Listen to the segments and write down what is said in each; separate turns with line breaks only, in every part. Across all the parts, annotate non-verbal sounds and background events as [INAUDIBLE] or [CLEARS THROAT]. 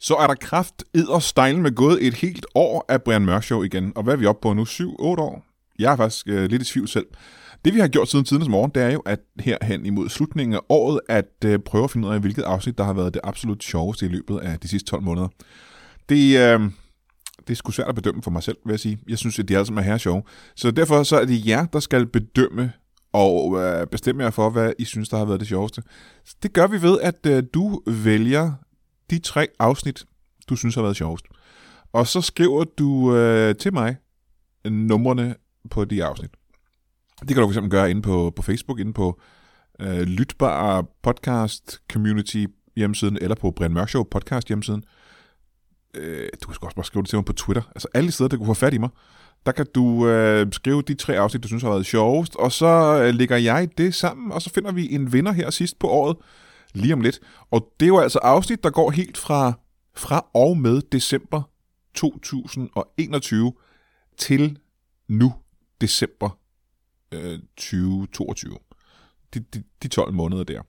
Så er der kraft style med gået et helt år af Brian Mørk Show igen. Og hvad er vi oppe på nu? 7-8 år? Jeg er faktisk øh, lidt i tvivl selv. Det vi har gjort siden tidens morgen, det er jo at her hen imod slutningen af året, at øh, prøve at finde ud af, hvilket afsnit, der har været det absolut sjoveste i løbet af de sidste 12 måneder. Det, øh, det er sgu svært at bedømme for mig selv, vil jeg sige. Jeg synes, at de alle sammen er her sjove. Så derfor så er det jer, der skal bedømme og øh, bestemme jer for, hvad I synes, der har været det sjoveste. Det gør vi ved, at øh, du vælger de tre afsnit, du synes har været sjovest. Og så skriver du øh, til mig numrene på de afsnit. Det kan du fx gøre inde på, på Facebook, inde på øh, Lytbar Podcast Community hjemmesiden, eller på Brian Mørk Show Podcast hjemmesiden. Øh, du kan sgu også bare skrive det til mig på Twitter. Altså alle de steder, der kunne få fat i mig. Der kan du øh, skrive de tre afsnit, du synes har været sjovest, og så øh, lægger jeg det sammen, og så finder vi en vinder her sidst på året, lige om lidt. Og det er jo altså afsnit, der går helt fra, fra og med december 2021 til nu, december øh, 2022. De, de, de 12 måneder der.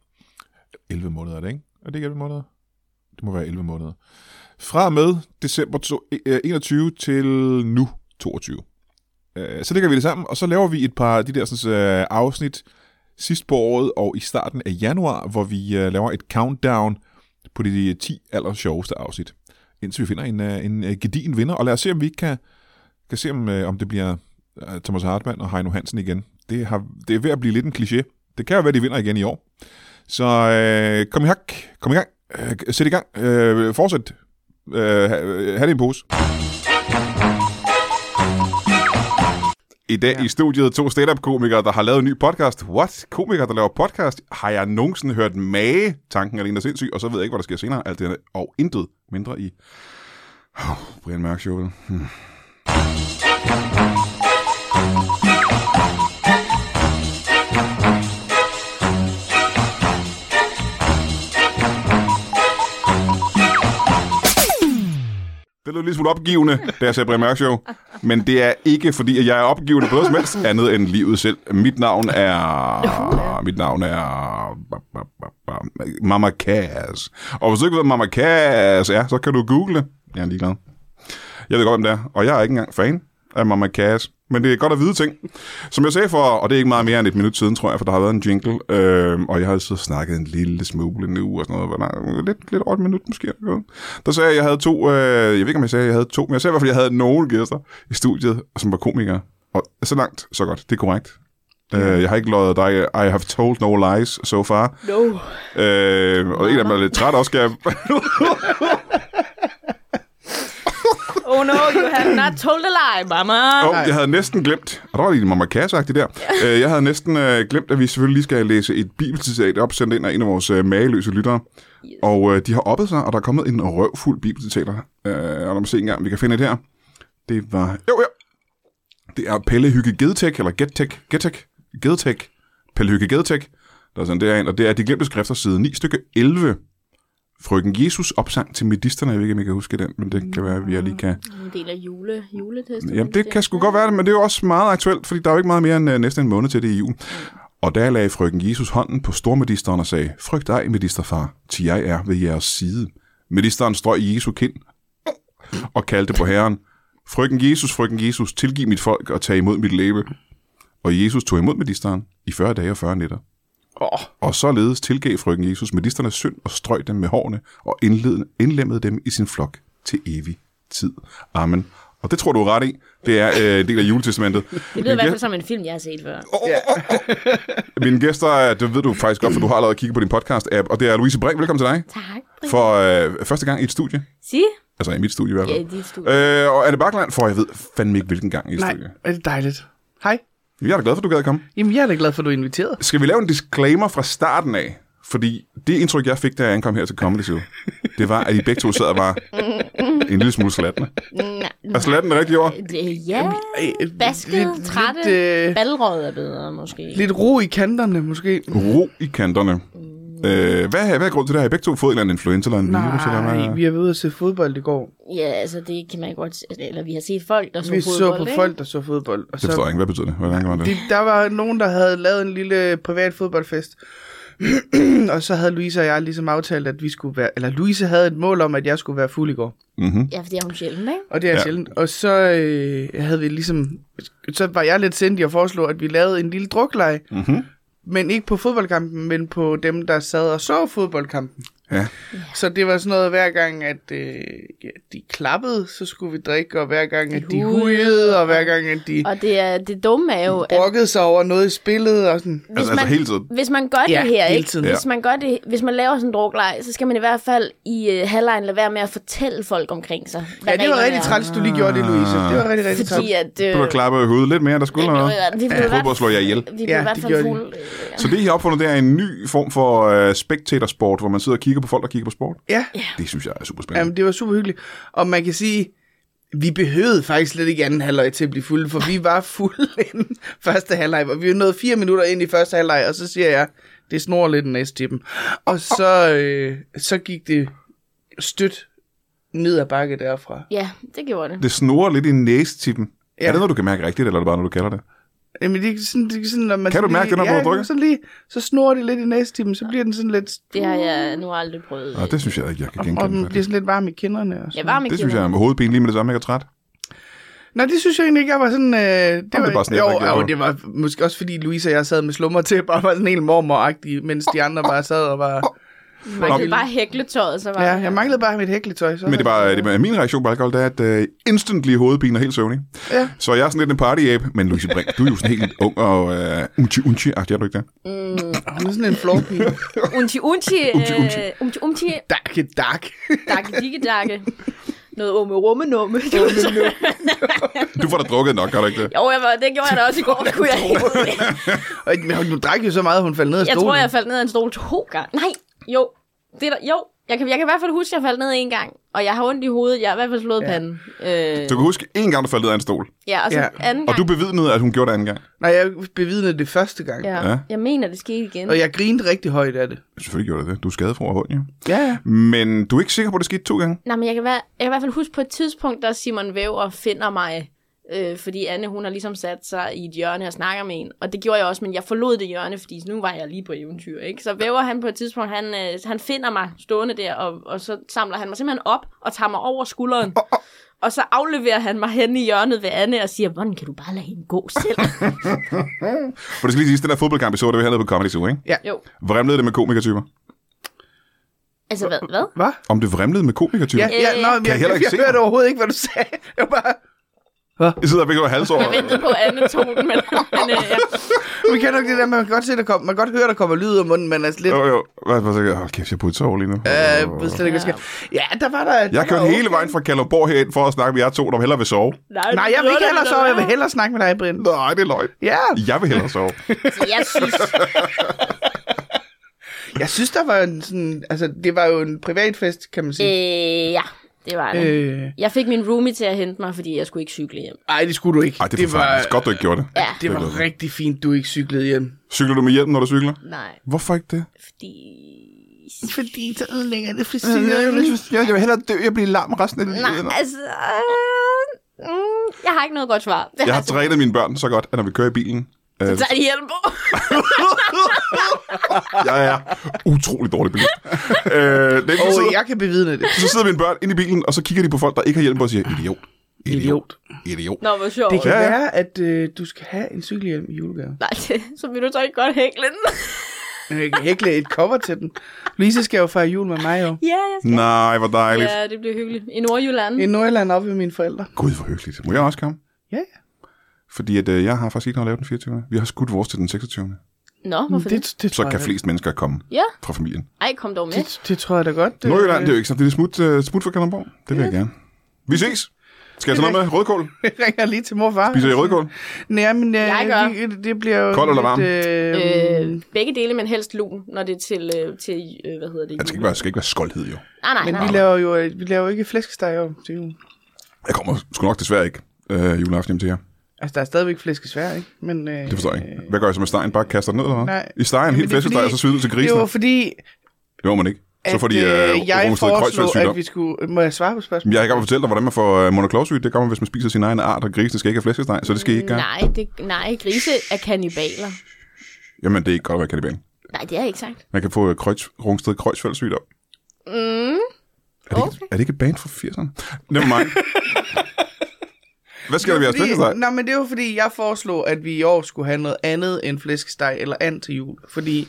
11 måneder er det, ikke? Er det ikke 11 måneder? Det må være 11 måneder. Fra og med december to- øh, 21 til nu 22. Øh, Så lægger vi det sammen, og så laver vi et par af de der sådan, øh, afsnit sidst på året og i starten af januar, hvor vi øh, laver et countdown på de 10 aller sjoveste afsnit. Indtil vi finder en, øh, en øh, gedigen vinder, og lad os se, om vi ikke kan, kan se, om, øh, om det bliver øh, Thomas Hartmann og Heino Hansen igen. Det, har, det er ved at blive lidt en kliché. Det kan jo være, de vinder igen i år. Så øh, kom i hak, kom i gang, øh, sæt i gang, øh, fortsæt, øh, ha, øh, ha' det i en pose. I dag ja. i studiet to stand-up-komikere, der har lavet en ny podcast. What? Komikere, der laver podcast? Har jeg nogensinde hørt mage? Tanken er alene er sindssyg, og så ved jeg ikke, hvad der sker senere. Alt det her, og intet mindre i... Oh, Brian Mørk Show. vel? Hmm. Det lød lidt smule opgivende, da jeg sagde Brian Mørk Show. Men det er ikke, fordi at jeg er opgivende på noget som helst andet end livet selv. Mit navn er... Mit navn er... Mama Cass. Og hvis du ikke ved, hvad Mama Cass er, så kan du google det. Jeg er ligeglad. Jeg ved godt, hvem det er, og jeg er ikke engang fan af Mama Cass. Men det er godt at vide ting. Som jeg sagde for, og det er ikke meget mere end et minut siden, tror jeg, for der har været en jingle, øh, og jeg har så snakket en lille smule nu og sådan noget. Hvor lang- Lidt, lidt over et minut måske. eller noget. Der sagde jeg, at jeg havde to, øh, jeg ved ikke, om jeg sagde, at jeg havde to, men jeg sagde i hvert fald, at jeg havde nogle gæster i studiet, som var komikere. Og så langt, så godt. Det er korrekt. Øh, jeg har ikke løjet dig. I have told no lies so far.
No.
Øh, og en af dem er lidt træt også, skal jeg...
Oh no, you have not told a lie, mama.
Og jeg havde næsten glemt, og der var lige en mamma Cass-agtig der, Øh, jeg havde næsten øh, glemt, at vi selvfølgelig lige skal læse et bibelcitat op, sendt ind af en af vores øh, mageløse lyttere. Yes. Og øh, de har oppet sig, og der er kommet en røvfuld bibelcitater. Øh, og lad mig se engang, om vi kan finde det her. Det var... Jo, ja. Det er Pelle Hygge Gedtek, eller Gettek, Gettek, Gedtek, Pelle Hygge Gedtek, der er sådan derind, og det er de glemte skrifter side 9 stykke 11. Frøken Jesus opsang til medisterne, jeg ved ikke, om jeg kan huske den, men det kan være, at jeg lige kan
En del af jule, juletestamentet.
Jamen, det kan sgu godt være det, men det er jo også meget aktuelt, fordi der er jo ikke meget mere end øh, næsten en måned til det i jul. Og der lagde frøken Jesus hånden på stormedisteren og sagde, Frygt ej, medisterfar, til jeg er ved jeres side. Medisteren strøg Jesu kind og kaldte på herren, Frøken Jesus, frøken Jesus, tilgiv mit folk og tag imod mit læbe. Og Jesus tog imod medisteren i 40 dage og 40 nætter.
Åh.
Og således tilgav frøken Jesus medisternes synd og strøg dem med hårene og indled- indlemmede dem i sin flok til evig tid. Amen. Og det tror du er ret i. Det er øh, en del af juletestamentet.
[LAUGHS] Det lyder i hvert fald som en film, jeg har set før.
Mine gæster, er- det ved du faktisk godt, for du har allerede kigget på din podcast-app, og det er Louise Brink. Velkommen til dig.
Tak, Brian.
For øh, første gang i et studie.
Sig.
Altså i mit studie i hvert
Ja,
fald.
i dit
studie. Øh, og Anne Bakland, for jeg ved fandme ikke, hvilken gang i et
Nej,
studie.
er det dejligt. Hej.
Jeg er da glad for, at du gad at komme.
Jamen, jeg er da glad for, at du er inviteret.
Skal vi lave en disclaimer fra starten af? Fordi det indtryk, jeg fik, da jeg ankom her til Comedy Show, det var, at I begge to sad og var en lille smule slattende.
[LAUGHS]
Nej,
Er slatten det rigtige ord?
øh, ja,
Altså, Ej, øh,
basket, trætte,
Lidt, øh,
ballerød er bedre måske.
lidt ro i kanterne, måske.
Ro i kanterne. Øh, hvad, hvad er grunden til det? Har I begge to fået en eller anden influenza eller en virus? Eller
Mm. Nej,
hvad?
vi har været ude at se fodbold i går.
Ja, altså det kan man godt se. Eller vi har set folk, der så
Vi
fodbold,
så på
ikke?
folk, der så fodbold. Og
Det forstår jeg
så,
ikke. Hvad betyder det? Hvordan gør man det?
de, der var nogen, der havde lavet en lille privat fodboldfest. [CLEARS THROAT] og så havde Louise og jeg ligesom aftalt, at vi skulle være... Eller Louise havde et mål om, at jeg skulle være fuld i går.
Mm-hmm.
Ja, for det er hun sjældent, ikke?
Og det er
Ja.
ja. sjældent. Og så øh, havde vi ligesom... Så var jeg lidt sindig og foreslog, at vi lavede en lille drukleje.
Mm-hmm.
Men ikke på fodboldkampen, men på dem, der sad og så fodboldkampen.
Ja.
Så det var sådan noget, hver gang, at øh, ja, de klappede, så skulle vi drikke, og hver gang, at de
hujede.
hujede, og hver gang, at de
Og det, er, det dumme er jo, at
brokkede sig over noget i spillet, og sådan.
hvis
Altså,
man,
altså hele tiden.
hvis man gør
Ja,
det her,
hele
ikke?
tiden.
Hvis, man gør det, hvis man laver sådan en drukleg, så skal man i hvert fald i øh, halvlejen lade være med at fortælle folk omkring sig. hvad
Ja, det var
reglerne
rigtig
er.
træls, du lige gjorde det, Louise. Det var rigtig, rigtig
Fordi
træls.
at... Øh,
Du kan klappe i hovedet lidt mere, der skulle noget.
vi blev i hvert
Fodbold slår jeg ihjel.
Vi blev
Ja,
i hvert
det
fald
gjorde de.
fulde. øh,
Så det, I har opfundet, det er en ny form for uh, spectatorsport, hvor man sidder og kigger på folk, der kigger på sport.
Ja,
Det synes jeg er super spændende.
jamen, det var super hyggeligt. Og man kan sige, vi behøvede faktisk slet ikke anden halvleg til at blive fulde, for vi var fulde [LAUGHS] inden første halvleg, og vi var nået fire minutter ind i første halvleg, og så siger jeg, det snor lidt en næste til dem. Og så, øh, så gik det stødt ned ad bakke derfra.
Ja, det gjorde det.
Det snorer lidt i næstippen. Ja.
Ja.
Er det noget, du kan mærke rigtigt, eller er det bare noget, du kalder det?
Jamen, det er sådan, det er sådan når man
Kan du
sådan
mærke det, når du
ja,
har drukket?
Sådan lige, så snor det lidt i næste time, så bliver den sådan lidt...
Det har jeg nu aldrig prøvet.
Nå, det synes jeg ikke, jeg kan
Og
genkende.
den
Det,
bliver sådan lidt varm i kinderne og sådan.
Jeg var med
det synes jeg er med hovedpine lige med det samme, jeg er træt.
Nå, det synes jeg egentlig ikke, jeg var sådan... Øh, det,
det er bare sådan, jeg
jo,
reagerer på
jo,
det.
det var måske også fordi Louise og jeg sad med slummer til, bare var sådan helt mormoragtig, mens de andre bare sad og var...
manglede bare hækletøjet, så var
Ja, jeg manglede bare mit hækletøj. Så
Men det var, det var, min reaktion på alkohol, det er, at uh, instantly hovedpine og helt søvnig.
Ja.
Så jeg er sådan lidt en partyape, men Louise Brink, du er jo sådan helt ung og uh, unchi unchi er du ikke det?
Hun er sådan en florpige.
Unti
[LAUGHS]
unti,
Unti, unti.
øh, unti unti,
Dakke, dak.
dakke dikke dakke. Noget umme rumme numme.
Du får da drukket nok, gør du ikke det?
[LAUGHS] Jo, jeg var, det gjorde jeg da også i går, skulle jeg ikke.
Og hun- hun drak jo så meget, hun faldt ned af
Jeg
stolen.
tror, jeg faldt ned af en stol to gange. Nej, jo. Det er der, jo, jeg kan, jeg kan i hvert fald huske, at jeg faldt ned en gang. Og jeg har ondt i hovedet. Jeg har i hvert fald slået ja. panden. Øh,
Du kan huske en gang, du faldt ned af en stol,
ja, og så
Ja.
anden gang.
og du bevidnede, at hun gjorde det anden gang.
Nej, jeg bevidnede det første gang.
ja.
Ja.
ja. Jeg mener, det skete igen.
Og jeg grinede rigtig højt af det.
Selvfølgelig gjorde du det. Du er skadet fra overhånden, jo.
Ja, ja.
Men du er ikke sikker på, at det skete to gange?
Nej, men jeg kan, være, jeg kan i hvert fald huske på et tidspunkt, der Simon Væver finder mig, øh, fordi Anne, hun har ligesom sat sig i et hjørne og snakker med en. Og det gjorde jeg også, men jeg forlod det hjørne, fordi nu var jeg lige på eventyr, ikke? Så Væver, han på et tidspunkt, han, øh, han finder mig stående der, og, og så samler han mig simpelthen op og tager mig over
[LAUGHS]
skulderen. Og så afleverer han mig hen i hjørnet ved Anne og siger, hvordan kan du bare lade hende gå
[LAUGHS]
selv?
For det skal lige sige, den der fodboldkamp, vi så, det var hernede på Comedy Zoo, ikke?
jo,
Vremlede det med komikertyper?
altså hvad? hvad?
Hvad?
Om det vremlede med komikertyper?
Ja,
Ja.
ja, nå,
Øh.
men
Kan jeg
jeg,
heller
jeg,
ikke se
jeg hørte
mig?
overhovedet ikke, hvad du sagde. Jeg var bare,
Jeg sidder og begge over hals over.
Jeg ventede på Anne tonen, men, [LAUGHS] men øh, ja.
vi kan nok det der, man kan godt se, der kommer, man kan godt høre, der kommer lyd ud af munden, men altså lidt...
Jo, jo. Hvad, hvad, hvad, hold kæft, jeg putter så over lige nu.
Øh, ved slet ikke, hvad
Ja.
der sker. Ja, der var der... der
Jeg
var
kørte
okay.
hele vejen fra Kalundborg herind for at snakke med jer to, der hellere vil sove.
Nej, jeg vil ikke hellere sove. Jeg vil hellere snakke med dig, Brind.
Nej, det er løgn.
Ja,
Jeg vil hellere sove.
Jeg synes,
jeg synes, der var en sådan... Altså, det var jo en privatfest, kan man sige.
øh, ja, det var det.
Øh.
Jeg fik min roomie til at hente mig, fordi jeg skulle ikke cykle hjem.
Ej, det skulle du ikke.
Ej, det er det var... godt, du ikke gjorde det.
Ja.
det
Det er
var rigtig fint, du ikke cyklede hjem.
Cykler du med hjelm, når du cykler?
Nej,
Hvorfor ikke det?
fordi...
Fordi så ødelægger det
Jeg vil hellere dø, jeg bliver lam resten af livet.
Nej, altså... Øh, mm, jeg har ikke noget godt svar.
Jeg
[LAUGHS]
har trænet mine børn så godt, at når vi kører i bilen, øh,
Så tager de hjelm på.
jeg er utrolig dårlig bilist. øh, det er, [LAUGHS] ikke, så,
Og
sidder,
jeg kan bevidne det.
så sidder mine børn inde i bilen, og så kigger de på folk, der ikke har hjelm på, og siger, idiot, idiot,
Idiot.
idiot.
Nå, hvor sjovt.
Det kan
Ja, ja.
være, at øh, du skal have en cykelhjelm i julegave.
Nej, det- så vil du så ikke godt hækle den. [LAUGHS]
Men Jeg kan hækle et cover til den. Louise skal jo fejre jul med mig jo.
ja, jeg skal.
Nej, hvor dejligt.
Ja, det bliver hyggeligt. I Nordjylland.
I Nordjylland op ved mine forældre.
Gud, hvor hyggeligt. Må jeg også komme?
Ja, ja.
Fordi at, øh, jeg har faktisk ikke noget at lave den 24. Vi har skudt vores til den 26.
Nå, hvorfor det?
Det, det,
Så
tror jeg,
kan flest mennesker komme
Ja,
fra familien.
ej, kom dog med.
det, det tror jeg da godt. øh,
Nordjylland, det er jo ikke så. Det er lidt smut, øh, smut for Kalundborg. Det vil jeg gerne. Vi ses. Skal jeg tage noget med? Rødkål?
Jeg [LAUGHS] ringer lige til mor og far.
Spiser I rødkål?
Nej, men øh,
Jeg gør.
Det, det bliver jo
Kold eller varm?
Øh,
Øh, begge dele, men helst lun, når det er til, øh, til øh, hvad hedder det?
Jeg skal ikke være, jeg skal ikke være skoldhed, jo.
Nej, nej,
Altså- men
nej.
vi laver jo øh, vi laver jo ikke flæskesteg jo til jul.
Jeg kommer sgu nok desværre ikke øh, juleaften hjem til jer.
Altså, der er stadigvæk flæskesvær, ikke? Men, øh,
Det forstår jeg ikke. Hvad gør jeg så med stegen? Bare kaster den ned, eller hvad?
Nej.
I stegen en
Jamen,
helt
det er
flæskesteg, og
fordi-
så svider ud til
Det
grisen.
var fordi,
Det må man ikke. Så får de øh,
jeg
Rungsted Kreuzfeldt
foreslog,
sygdom.
at vi skulle... Må jeg svare på spørgsmålet?
Jeg har ikke engang fortalt dig, hvordan man får øh, monoklovsyge. Det kommer, hvis man spiser sin egen art, og grisen skal ikke have flæskesteg,
Mm,
så det skal I ikke gøre.
Nej, det, nej, grise er kanibaler.
Jamen, det er ikke godt at være kanibal.
Nej, det har jeg ikke sagt.
Man kan få Kreuz, Rungsted Kreuzfeldt sygdom.
Mm.
Er det,
Okay.
ikke, er det ikke et band fra 80'erne? Never mind. Hvad skal der
[LAUGHS]
være spændende dig?
Nej, men det var fordi, jeg foreslog, at vi i år skulle have noget andet end flæskesteg eller and til jul. Fordi,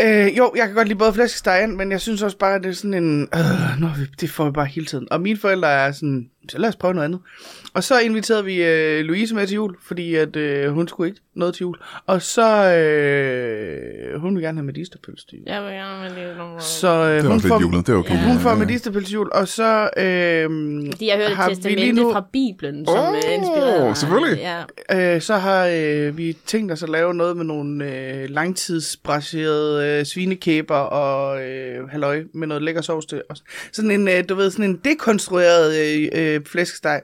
øh, jo, jeg kan godt lide både flæskesteg og and, men jeg synes også bare, at det er sådan en, øh, nå, det får vi bare hele tiden. Og mine forældre er sådan, så lad os prøve noget andet. Og så inviterede vi øh, Louise med til jul, fordi at, øh, hun skulle ikke noget til jul. Og så, øh, hun vil gerne have medisterpølse til jul.
Jeg vil gerne med lidt nummer.
Så øh,
Det var
hun
også
får,
lidt julet, det er okay.
Ja.
hun får
Ja.
medisterpølse til jul, og så... Øh,
Fordi jeg hørte et
har vi lige
testamente
nu-
fra Bibelen, som
Åh,
oh, inspirerede mig.
selvfølgelig.
Ja.
Øh, så har øh, vi tænkt os at lave noget med nogle øh, langtidsbraserede øh, svinekæber og øh, halløj med noget lækker sovs til. Og s- sådan en, øh, du ved, sådan en dekonstrueret øh, øh, flæskesteg,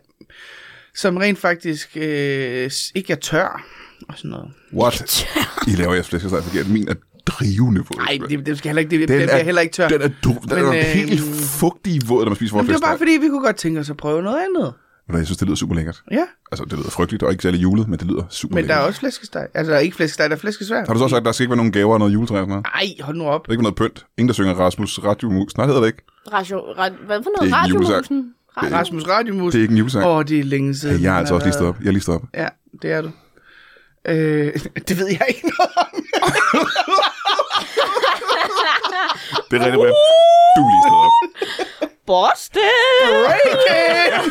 som rent faktisk øh, s- ikke er tør og sådan noget.
What? I laver jeres flæskesteg forkert. Min er drivende våd.
Nej, det, det skal heller ikke, det, den, den bliver heller ikke tør.
Den er, du, den
Men,
er
øh,
helt fugtig våd, når man spiser vores
Jamen, det var
flæskesteg.
bare fordi, vi kunne godt tænke os at prøve noget andet.
Fordi... Jeg synes, det lyder super lækkert.
Ja,
Altså, det lyder frygteligt og ikke særlig julet, men det lyder super
men der
lækkert.
er også flæskesteg. Altså, der er ikke flæskesteg, der er flæskesvær.
Har du så også sagt, at der skal ikke være nogen gaver og noget juletræ og sådan noget?
Nej, hold nu op.
Der er ikke noget pynt. Ingen, der synger Rasmus Radiomus. Nej, det hedder det ikke.
Radio, rad, hvad for
Det er
noget?
ikke
Radiomusen? Radio.
Rasmus Radiomus.
Det er ikke en julesang.
Åh, oh, det er længe siden.
jeg er altså også
han
lige
har
stået op. Jeg er lige stået op.
Ja, det er du. Øh, [LAUGHS] det ved jeg ikke noget om.
[LAUGHS]
Det er rigtig bredt. Du er lige stået op.
Boston!
Breaking!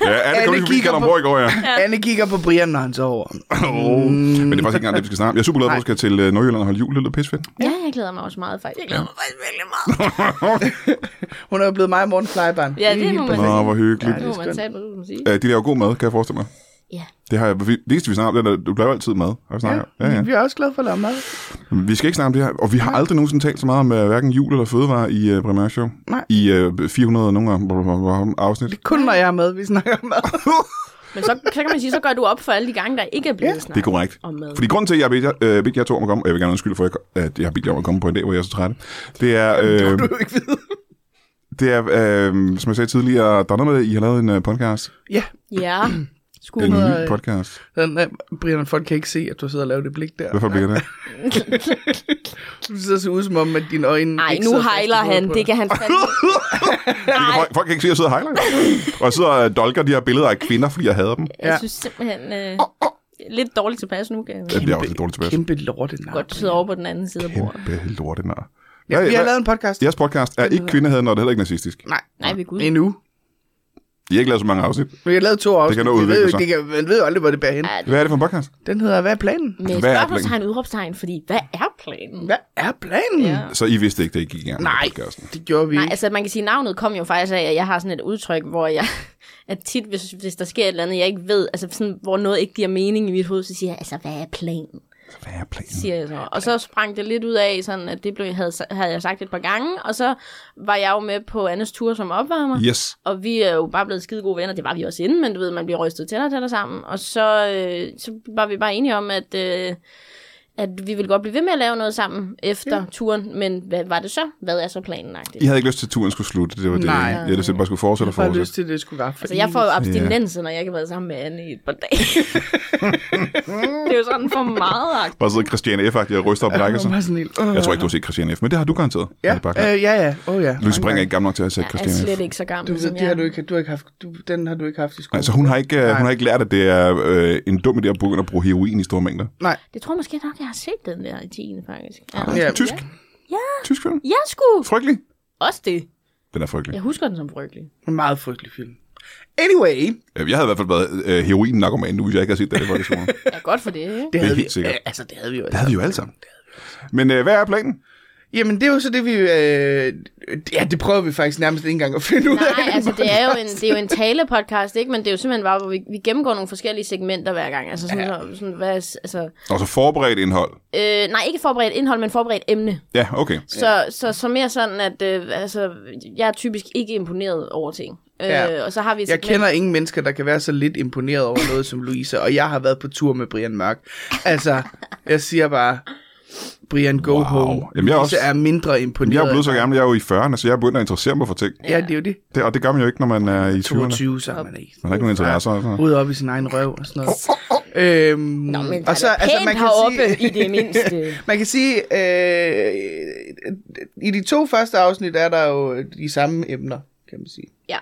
Ja, Anne kom
Anne
lige forbi
kigger på-
Kalderborg i går, ja.
Anne kigger på Brian, når han sover.
Oh. Men det er faktisk ikke engang det, vi skal snakke om. Jeg er super glad for, at du skal til øh, Nordjylland og holde jul. Det lyder pissefedt.
Ja, jeg glæder mig også meget, faktisk. Jeg glæder mig faktisk virkelig meget.
Hun er jo blevet mig og Morten Flybarn.
Ja, det må man
Nå,
sige.
hvor hyggeligt.
Ja,
Nu
det er
må man
skønt.
tage på, det, man sige.
Ja, de laver god mad, kan jeg forestille mig.
Ja.
Det, har jeg, det eneste, vi snakker om, det er, at du laver altid mad. Har vi, snakket om. ja, ja.
Vi er også glade for at lave mad.
Vi skal ikke snakke om det her, og vi har aldrig nogensinde talt så meget om uh, hverken jul eller fødevarer i uh, Primær Show.
Nej.
I uh, 400 og nogle af- blah, blah, blah, afsnit.
Kun når jeg er med, vi snakker
[LAUGHS]
om mad.
Men så, så kan man sige, så gør du op for alle de gange, der ikke er blevet ja,
Det er
snakket
korrekt.
om mad.
Fordi grunden til, at jeg bedt jer, øh, bedt jer to om at komme, og jeg vil gerne undskylde for, at jeg- at jeg har bedt jer om at komme på en dag, hvor jeg er så træt, det er, øh,
Du ikke vide.
det er øh, som jeg sagde tidligere, der er noget med, at I har lavet en øh, podcast.
Ja,
Ja. Skulle
En
man...
ny podcast.
den, er- Brian, folk kan ikke se, at du sidder og laver det blik der.
Hvorfor bliver det?
Du sidder så ud som om, at dine øjne
Ej,
ikke
nu
sidder fast i
hejler
hovedet
han.
på
Det
dig.
kan han fandme. Nej,
Folk, folk kan ikke se, at jeg sidder og highlighter. Og jeg sidder og dolker de her billeder af kvinder, fordi jeg hader dem.
jeg synes simpelthen... Øh, lidt dårligt tilpas nu, kan jeg
Det bliver også lidt dårligt tilbage.
Kæmpe lortenar.
godt sidde over på den anden side af bordet.
Kæmpe lortenar.
Ja, vi har lavet en podcast.
Jeres podcast er ikke kvindehadende, og det er heller ikke nazistisk.
Nej,
Nej, ved Gud.
endnu.
De har ikke lavet så mange afsnit.
Vi har lavet to afsnit.
nå
Vi
at
ved
udvikle
jo ikke-
sig.
det kan, man ved jo aldrig, hvor det bærer hen.
Ej,
Hvad er det for en podcast?
Den hedder, hvad er planen?
Med
Hvad er
spørgsmålstegn, udråbstegn, fordi hvad er planen?
Hvad er planen?
Ja.
Så I vidste ikke, det ikke gik i gang med
Nej,
podcasten?
det gjorde vi
Nej,
ikke.
altså man kan sige, at navnet kom jo faktisk af, at jeg har sådan et udtryk, hvor jeg, at tit, hvis, hvis der sker et eller andet, jeg ikke ved, altså sådan, hvor noget ikke giver mening i mit hoved, så siger jeg, altså hvad er planen?
Hvad er planen?
siger jeg så. Og så sprang det lidt ud af, sådan, at det blev, havde, havde jeg sagt et par gange, og så var jeg jo med på Annes tur som opvarmer.
Yes.
Og vi er jo bare blevet skide gode venner, det var vi også inden, men du ved, man bliver rystet tænder til dig sammen. Og så, øh, så var vi bare enige om, at, øh, at vi ville godt blive ved med at lave noget sammen efter ja. turen, men hvad var det så? Hvad er så planen?
I havde ikke lyst til, at turen skulle slutte. Det var det.
Nej.
ikke? Jeg havde lyst til, at bare skulle fortsætte og
Jeg har lyst
fortsætte.
til, at det skulle være for
Altså, jeg får jo
evigt.
abstinenser, når jeg ikke har været sammen med Anne i et par dage. [LAUGHS] det er jo sådan for meget.
Bare sidder Christian F. og ryster og
[LAUGHS]
brækker sig.
Jeg var sådan helt, øh.
Jeg tror ikke, du har set Christian F., men det har du garanteret.
Ja,
Anne Bakker.
øh, ja, ja. Oh, ja.
Louise Brink er
Mange
ikke gammel nok til at have set
Jeg er
Christian F.
slet ikke så gammel,
gange. Du,
som
det
jeg
har
er.
du ikke, du har ikke haft, du, den har du ikke haft i skolen.
Altså, hun har, ikke, øh, hun har ikke lært, at det er øh, en dum idé at begynde at bruge heroin i store mængder.
Nej,
Det tror jeg måske nok, jeg har set den der i 10. faktisk. Ja.
Ja.
Tysk.
Ja.
Tysk film.
Jeg skulle
Frygtelig.
også det.
Den er frygtelig.
Jeg husker den som frygtelig.
en meget frygtelig film. Anyway,
Øh, Jeg havde i hvert fald været øh, heroin-narkoman nu, hvis jeg ikke havde set det. Det, var det, store.
Ja, godt for det, ikke?
det havde
helt
vi,
sikkert.
øh, altså det havde vi jo.
det havde vi jo alle sammen. Men øh, hvad er planen?
Jamen det er jo så det, vi, øh, ja, det prøver vi faktisk nærmest ikke engang at finde ud af. [LAUGHS]
Nej, altså det er jo en, det er jo en talepodcast, ikke? Men det er jo simpelthen bare, hvor vi, vi gennemgår nogle forskellige segmenter hver gang. Altså sådan, ja. så, sådan hvad, altså,
Og så forberedt indhold.
øh, nej, ikke forberedt indhold, men forberedt emne.
Ja, okay.
Så, ja. så, så mere sådan, at øh, altså, jeg er typisk ikke imponeret over ting. Øh,
Ja.
Og så har vi et
Jeg
segment-
kender ingen mennesker, der kan være så lidt imponeret over noget som Louise, og jeg har været på tur med Brian Mørk. Altså, jeg siger bare, Brian, go wow. home.
Jamen, jeg er også-
Louise er mindre imponeret.
Jeg er blevet så gammel, jeg er jo i 40'erne, så jeg er begyndt at interessere mig for ting.
Ja, det er jo det.
Det, og det gør man jo ikke, når man er i 20'erne.
22, så er man ikke.
Man har ikke nogen interesser. Altså.
[LAUGHS]
Ud op i sin egen røv og sådan noget. Øhm,
Nå, men der og så, er altså, man kan heroppe sige... i det mindste.
[LAUGHS] Man kan sige, øh, i de to første afsnit er der jo de samme emner, kan man sige.
Ja.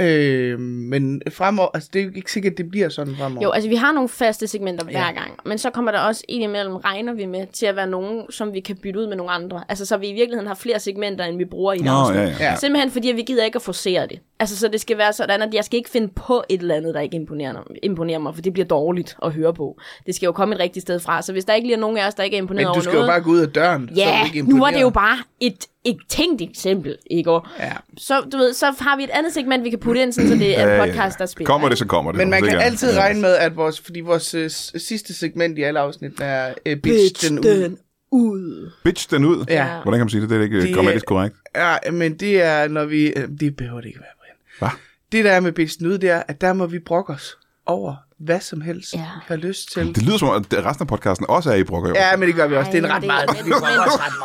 Øh, men fremover, altså det er jo ikke sikkert, at det bliver sådan fremover.
Jo, altså vi har nogle faste segmenter hver gang, men så kommer der også en imellem, regner vi med, til at være nogen, som vi kan bytte ud med nogle andre. Altså så vi i virkeligheden har flere segmenter, end vi bruger i et
Nå,
afsnit.
ja, ja.
Ja.
Simpelthen fordi, at vi gider ikke at forcere det. Altså så det skal være sådan, at jeg skal ikke finde på et eller andet, der ikke imponerer, imponerer mig, for det bliver dårligt at høre på. Det skal jo komme et rigtigt sted fra, så hvis der ikke lige er nogen af os, der ikke er imponeret
Men
over
du
noget...
skal jo bare gå ud af døren. så er
Ja,
du ikke
nu var det jo
imponeret.
bare et, et tænkt eksempel, ikke? Og
Ja.
Så, du ved, så har vi et andet segment, vi kan putte ind, sådan, så det er en podcast, der spiller.
Kommer det,
ikke?
så kommer det.
Men man
Det
kan
gør-
altid
Ja.
regne med, at vores, fordi vores øh, s- sidste segment i alle afsnit er øh, bitch den ud.
ud.
Bitch den ud.
Ja.
Hvordan kan man sige det? Det er ikke øh,
Det-
grammatisk korrekt.
Ja, men det er, når vi... Øh, det behøver det ikke være, Brian.
Hva?
Det der er med bitch den ud, det er, at der må vi brokke os over hvad som helst,
Ja.
ja. vi har lyst til.
Det lyder som om, at resten af podcasten også er i brokker. jo.
Ja, men det gør vi også. Det er en
Ej,
ret meget.
men- men-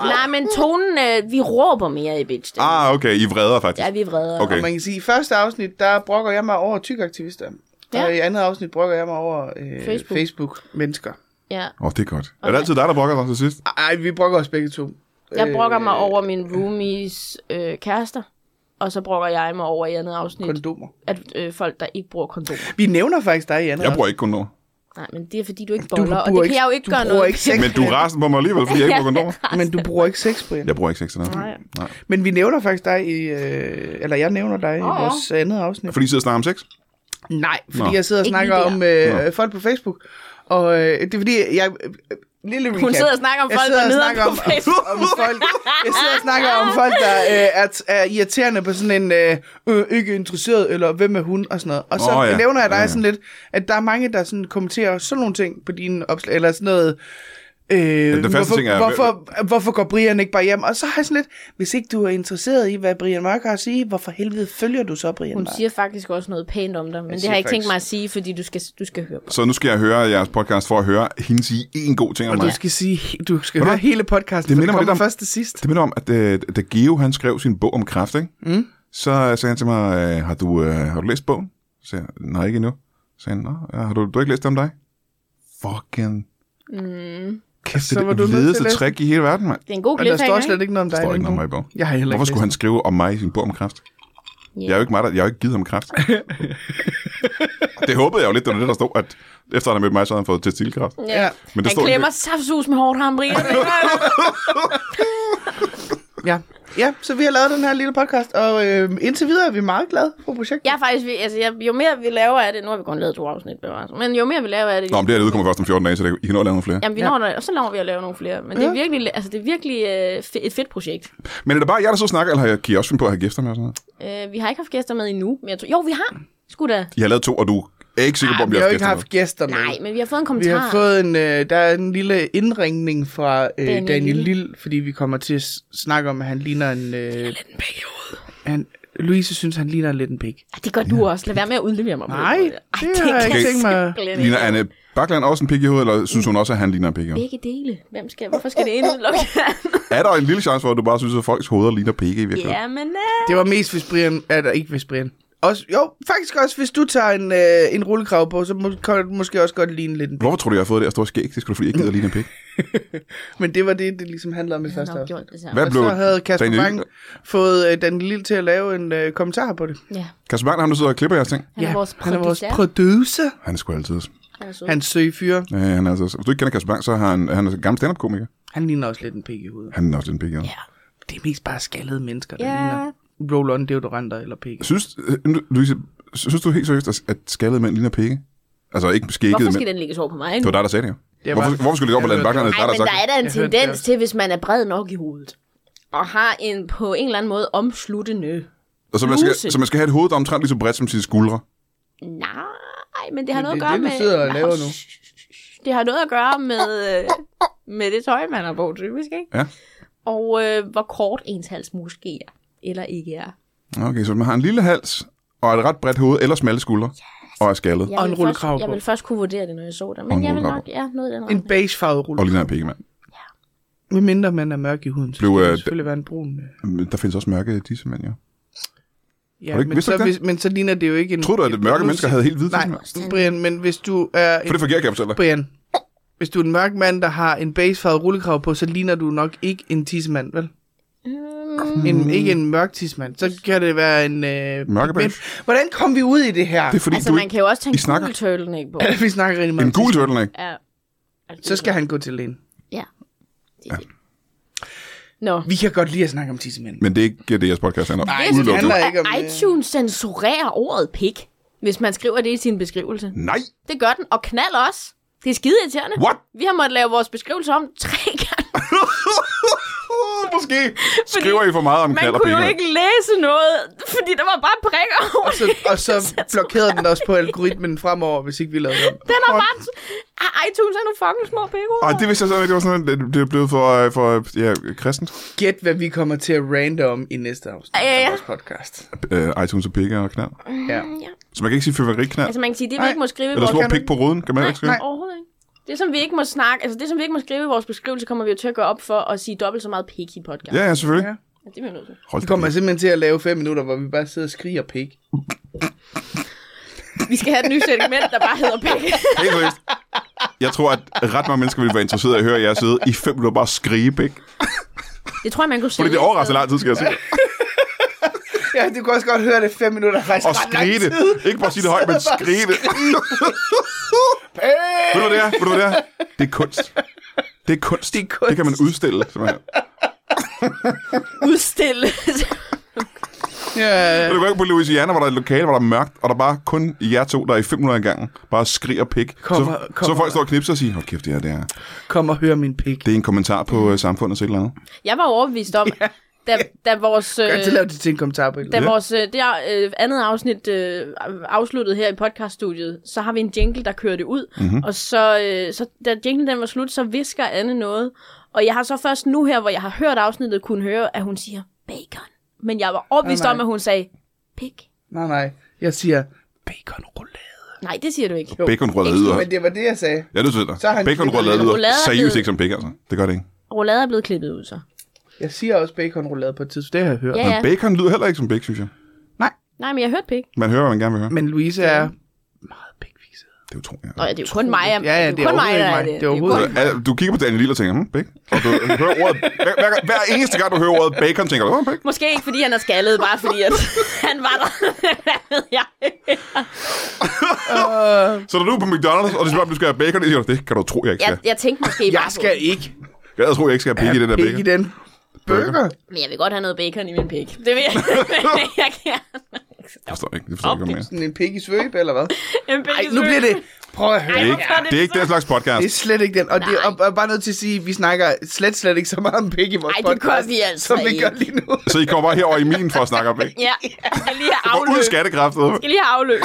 Nej, men tonen, øh, vi råber mere i bitch. det.
Ah, okay. I er vreder faktisk.
Ja, vi er vrede.
Okay.
Og man kan sige, i første afsnit, der brokker jeg mig over tykaktivister.
Ja.
Ja. Og i andet afsnit brokker jeg mig over øh,
Facebook.
Facebook-mennesker.
Ja.
Åh, oh, det er godt. Okay. Er det altid dig, der brokker dig til sidst?
Ej, vi brokker os begge to. Øh.
Jeg brokker mig over min roomies øh, kærester, og så brokker jeg mig over i andet afsnit,
Kondomer.
at øh, folk, der ikke bruger kondomer.
Vi nævner faktisk dig i andet
Jeg bruger ikke kondom.
Nej, men det er fordi, du ikke boller, og
bruger
det kan jeg jo ikke
du
gøre
bruger
noget
ikke sex,
Men
[LAUGHS]
du er rasen på mig alligevel, fordi jeg ikke bruger kondom.
men du bruger ikke sex, Brian.
Jeg bruger ikke sex til noget.
Nej.
Nej.
Men vi nævner faktisk dig i, øh, eller jeg nævner dig oh, i
Åh, ja.
vores andet afsnit.
Fordi I sidder og snakker om sex?
Nej, fordi
Nå.
Nå. jeg sidder og
Ikke
snakker
lige
om øh, folk på Facebook. Og øh, det er fordi, jeg... øh, Lille recap.
sidder og snakker om
Jeg
folk,
sidder
der
og
nyder
snakker
på
om,
Facebook.
Om, om folk, jeg sidder og snakker om folk, der øh, er, t- er irriterende på sådan en øh, øh, ikke interesseret, eller hvem er hun, og sådan noget. Og så
Åh,
oh,
ja.
ja. nævner jeg dig
Ja, ja.
ja. sådan lidt, at der er mange, der sådan kommenterer sådan nogle ting på dine opslag, eller sådan noget... Øh,
første
hvorfor,
ting er-
hvorfor, hvorfor går Brian ikke bare hjem? Og så har jeg sådan lidt, hvis ikke du er interesseret i, hvad Brian Mørk har at sige, hvorfor helvede følger du så Brian
Hun
Mørk?
siger faktisk også noget pænt om dig, men det har
siger
jeg ikke tænkt
faktisk-
mig at sige, fordi du skal, du skal høre på.
Så nu skal jeg høre jeres podcast for at høre hende sige én god ting om
Og
mig.
du skal sige, du skal
Hvordan?
høre hele podcasten,
Det
det
minder
minder
mig
kommer
lidt om-
først til sidst.
Det minder om, at øh, da Geo han skrev sin bog om kræft, ikke? Mm. så sagde han til mig, øh, har du, øh, har du læst bogen? Så sagde jeg, nej, ikke endnu. Så sagde han, Nå, ja, har du, du har ikke læst det om dig? Fucking... Mm. Kæft,
Så
det
var
er
du
det
nødt til at
ledeste
læse
trick i hele verden, mand.
Det er en god
Og der står
cliffhanger,
slet
ikke?
ikke noget om dig.
Der står
i
ikke
den
noget om mig
bog.
i bogen.
Jeg har heller
Hvorfor
ikke
skulle han skrive om mig i sin bog om kræft?
Ja.
Jeg er jo ikke mig, der, jeg har jo ikke givet ham
[LAUGHS]
kræft. det håbede jeg jo lidt, det var det, der stod, at efter han havde mødt mig, så havde han fået testilkræft.
Ja.
Ja.
Men det
Han
står
klemmer saftsus med hårdt ham,
[LAUGHS]
Brian.
Ja. ja, så vi har lavet den her lille podcast, og øh, indtil videre er vi meget glade for projektet.
jeg er faktisk, ved- altså, jeg, jo mere vi laver af det, nu har vi kun lavet to afsnit, bevares, men jo mere vi laver af det,
Nå, men det her det udkommer først om 14 dage, så det, I kan nå at lave nogle flere.
jamen, vi
Ja.
når, det, og så laver vi at lave nogle flere. Men det er virkelig, altså, det er virkelig øh, fe- et fedt projekt.
Men er det bare jer, der så snakker, eller har I- kan I også finde på at have gæster med og sådan noget?
Øh, vi har ikke haft gæster med endnu, men jeg tror, jo, vi har. Sgu da.
I har lavet to, og du er ikke sikker på, om vi
Ah, vi
har
har jo
haft
ikke
gæster med.
haft gæster med.
Nej, men vi har fået en
Vi
kommentar.
har fået en, øh, der er en lille indringning fra øh,
Daniel
Daniel, Daniel
Lille.
Lille, fordi vi kommer til at s- snakke om, at han ligner en... Øh, han, Louise synes, han ligner lidt en pik.
Ej, det gør du også. Lad være med at udlevere mig. på den
Nej,
måde. Ej,
det har jeg
kan
ikke tænkt mig.
simpelthen ikke.
Ligner Anne Bakland også en pik i hovedet, eller synes hun også, at han ligner en pik i hovedet?
Begge dele. Hvem skal, hvorfor skal det ene
[LAUGHS]
lukke?
Er der en lille chance for, at du bare synes, at folks hoveder ligner pikke i virkeligheden?
Jamen, øh.
Det var mest hvis Brian... Eller ikke hvis Brian. Også, jo, faktisk også, hvis du tager en, øh, en rullekrav på, så må, kan det måske også godt ligne lidt en pik.
Hvorfor tror du, jeg har fået det her store skæg? Det skulle fordi, jeg gider ligne en pik.
Men det var det, det ligesom handlede om i
Han
første
har nok
afsnit.
gjort det samme.
Hvad
Og
blev
så havde Kasper
Daniel-
Bang fået øh, Daniel Lille til at lave en øh, kommentar på det.
Ja,
Kasper Bang, er ham, der sidder og klipper jeres ting.
han er vores
han er vores
producer.
producer.
Han er sgu altid.
Han er sød.
Han søg fyre.
Ja, han er altså, hvis du ikke kender Kasper Bang, så har han, han er en gammel stand-up-komiker.
Han ligner også lidt en pik i hovedet.
Han er også en pik i hovedet.
Ja.
Det er mest bare skaldede mennesker, der
Ja.
yeah. ligner roll-on deodoranter eller pik.
Synes, øh, nu, Louise, synes du helt seriøst, at- at skaldede mænd ligner pikke? Altså ikke skægget,
Hvorfor
men
skal den lægges over på mig
det
nu?
var dig, der sagde det jo.
var-
Hvorfor, hvorfor skulle det op og
Jeg
lade en
hørte
bakkerne?
Nej, men der er da en
Jeg hørte det
tendens
også.
til, hvis man er bred nok i hovedet, og har en på en eller anden måde omsluttende...
Og så man, skal,
bluse.
så man skal have et hoved, der er omtrent lige så bredt som sine skuldre.
Nej, men det har
Men
noget
det
at gøre
er det, vi
med...
sidder og laver nu.
Det har noget at gøre med, øh, med det tøj, man har på, typisk, ikke?
Ja.
Og øh, hvor kort ens hals måske er, eller ikke er.
Okay, så man har en lille hals, og et ret bredt hoved, eller smalle skuldre, og er skaldet.
Jeg
Og
ville
en rullekrave
først, Jeg
på.
ville først kunne vurdere det, når jeg så det,
Og
men
en
jeg vil
rullekrave
nok... Ja, noget i den
En
retning.
beigefarvet
Og
rulle.
ligner en pikkemand.
Med mindre man er mørk i huden, så
Blev,
skal
øh,
det selvfølgelig være en brun. øh.
Men Der findes også mørke tissemænd, jo. Har du ikke
men,
vidst
så,
det?
men så ligner det jo ikke en...
Tror du, at det
en
mørke
bluse?
mennesker havde helt hvide
Nej,
tidsmærker?
Brian, men hvis du er...
For det fungerer ikke, jeg fortæller dig.
Brian, hvis du er en mørk mand, der har en basefarvet rullekrav på, så ligner du nok ikke en tissemand, vel? Mm. En, ikke en mørk tissemand. Så kan det være en... Øh,
Mørke
men,
beige.
hvordan kom vi ud i det her?
Det er fordi,
Altså,
du
man
ikke...
kan jo også tage
I snakker.
en gul turtleneck på.
[LAUGHS] vi snakker rigtig meget
En
om
gul turtleneck.
Ja. Altså,
Så skal han gå til lægen.
Ja. Det er det. Nå.
Vi kan godt lide at snakke om tissemænd.
Men det er ikke det, jeres podcast handler om.
Nej,
Vidste
det
du,
Udelukkende.
handler
at
ikke om det.
iTunes censurerer ordet pik, hvis man skriver det i sin beskrivelse.
Nej,
Det gør den, og knald også. Det er skide irriterende.
what? [LAUGHS]
Vi har måttet lave vores beskrivelse om tre [LAUGHS] gange.
Måske skriver I for meget om knald
Man
og
kunne jo
pikker.
ikke læse noget, fordi der var bare prikker over
Og så, og
[LAUGHS]
så blokerede den også på algoritmen fremover, hvis ikke vi lavede det. om.
Den er bare... Ah, iTunes er nogle fucking små pikker.
Ej, det vidste jeg så ikke. Det var sådan, det, det er blevet for, øh, for ja, kristent.
Gæt, hvad vi kommer til at rante om i næste afsnit
Ja, ja,
af
ja.
vores podcast.
Øh, iTunes og pikker og knald.
Ja.
Mm, ja.
Så man kan ikke sige fyrværkeriknald.
Altså man kan sige, det vi
Nej.
ikke må skrive i
Eller
vores...
små
kan
pik
man-
på ruden, kan man
Nej,
ikke skrive.
nej, overhovedet ikke. Det, som vi ikke må snakke, altså det, som vi ikke må skrive i vores beskrivelse, kommer vi jo til at gå op for at sige dobbelt så meget pik i podcast.
Ja, ja, selvfølgelig.
Ja.
Det er vi jo nødt til.
Hold
Vi
da
kommer altså simpelthen til at lave fem minutter, hvor vi bare sidder og skriger pik.
Vi skal have et nyt segment, der bare hedder
[LAUGHS]
pik.
kæft. Helt seriøst. Jeg tror, at ret mange mennesker ville være interesserede i at høre jer sidde i fem minutter bare skrige, ikke?
Det tror jeg, man kunne se.
Fordi det er overraskende lang tid, skal jeg sige.
Ja, du kan også godt høre det fem minutter er faktisk.
Og
ret lang
skrige det.
tid.
Ikke bare sige det højt,
[LAUGHS]
men skrige det.
Pik!
Ved du, hvad det er? Ved du, hvad det er? Det er kunst. Det er kunst. Det,
er kunst.
det kan man udstille. simpelthen.
Udstille.
Ja,
Og du går ikke på Louisiana, hvor der er et lokale, hvor der er mørkt, og der er bare kun jer to, der er i 500 en gang, bare skriger pik.
Kommer-
så,
kommer-
så folk står og knipser og siger, hold kæft, det her, det er,
kom og hør min pik.
det er en kommentar på øh, samfundets et eller andet.
[LAUGHS] Jeg var overbevist om, da, da vores...
Gør
Øh,
til at lave det til en kommentar på et eller
da
Ja.
vores øh, det øh, andet afsnit øh, afsluttede her i podcaststudiet, så har vi en jingle, der kører det ud.
Mhm.
Mm-hmm. Og så, øh, så da jinglen den var slut, så visker Anne noget. Og jeg har så først nu her, hvor jeg har hørt afsnittet, kunne høre, at hun siger bacon. Men jeg var overbevist
Åh, nej.
om, at hun sagde pik.
andet. Nej, nej. Jeg siger bacon roulade.
Nej, det siger du ikke.
Jo.
Bacon rødlade.
Men det var det, jeg sagde.
Ja, det synes
Så har
jeg.
han
Bacon
klippet
rødlade
lidt.
lyder
Roulade er
seriøst
blevet-
ikke som pik, altså. Det gør det ikke.
Roulade er blevet klippet ud, så.
Jeg siger også bacon roulade på et tidspunkt. Det har jeg hørt.
Ja,
Men
ja.
bacon lyder heller ikke som pik, synes jeg.
Nej, men jeg hørte pik.
Man hører, hvad man gerne vil høre.
Men Louise er meget pikviset.
Det er utroligt.
Nå ja, det er jo kun mig. Ja,
Ja, ja, det er
kun mig,
overhovedet
der er
ikke mig.
det.
Det er
jo
overhovedet
kun-
ikke
Altså, du kigger på Daniel Lille og tænker, hmm, bacon. Og du hører ordet, hver, hver, hver, eneste gang, du hører ordet bacon, tænker du, oh, bacon.
Måske ikke, fordi han er skaldet, bare fordi at [LAUGHS] han var der. Hvad ved jeg?
Så når du er på McDonald's, og det spørger, om du skal have bacon, så siger du, det kan du tro, jeg ikke
jeg,
skal.
jeg tænkte måske bare
Jeg
på-
skal ikke
Jeg, jeg tror, jeg ikke skal have pik i den der
pik i
bacon.
den burger.
Men jeg vil godt have noget bacon i min pik. Det vil jeg, [LAUGHS] men jeg gerne.
Jeg forstår ikke, det forstår jeg ikke mere.
Sådan en pik i svøb, eller hvad?
En
Nej, nu bliver det... Prøv at høre.
Det er ikke, det er ikke den slags podcast.
Det er slet ikke den. Og det
Nej.
og- og jeg er bare nødt til at sige, at vi snakker slet, slet ikke så meget om pik i vores
Ej, det
podcast,
gør vi altså
som vi
ikke.
gør lige nu. [LAUGHS]
Så I kommer bare herover i min for at snakke om bacon.
Ja, jeg skal lige have
Og ud
afløb. Jeg
skattekraftet.
skal lige have afløb.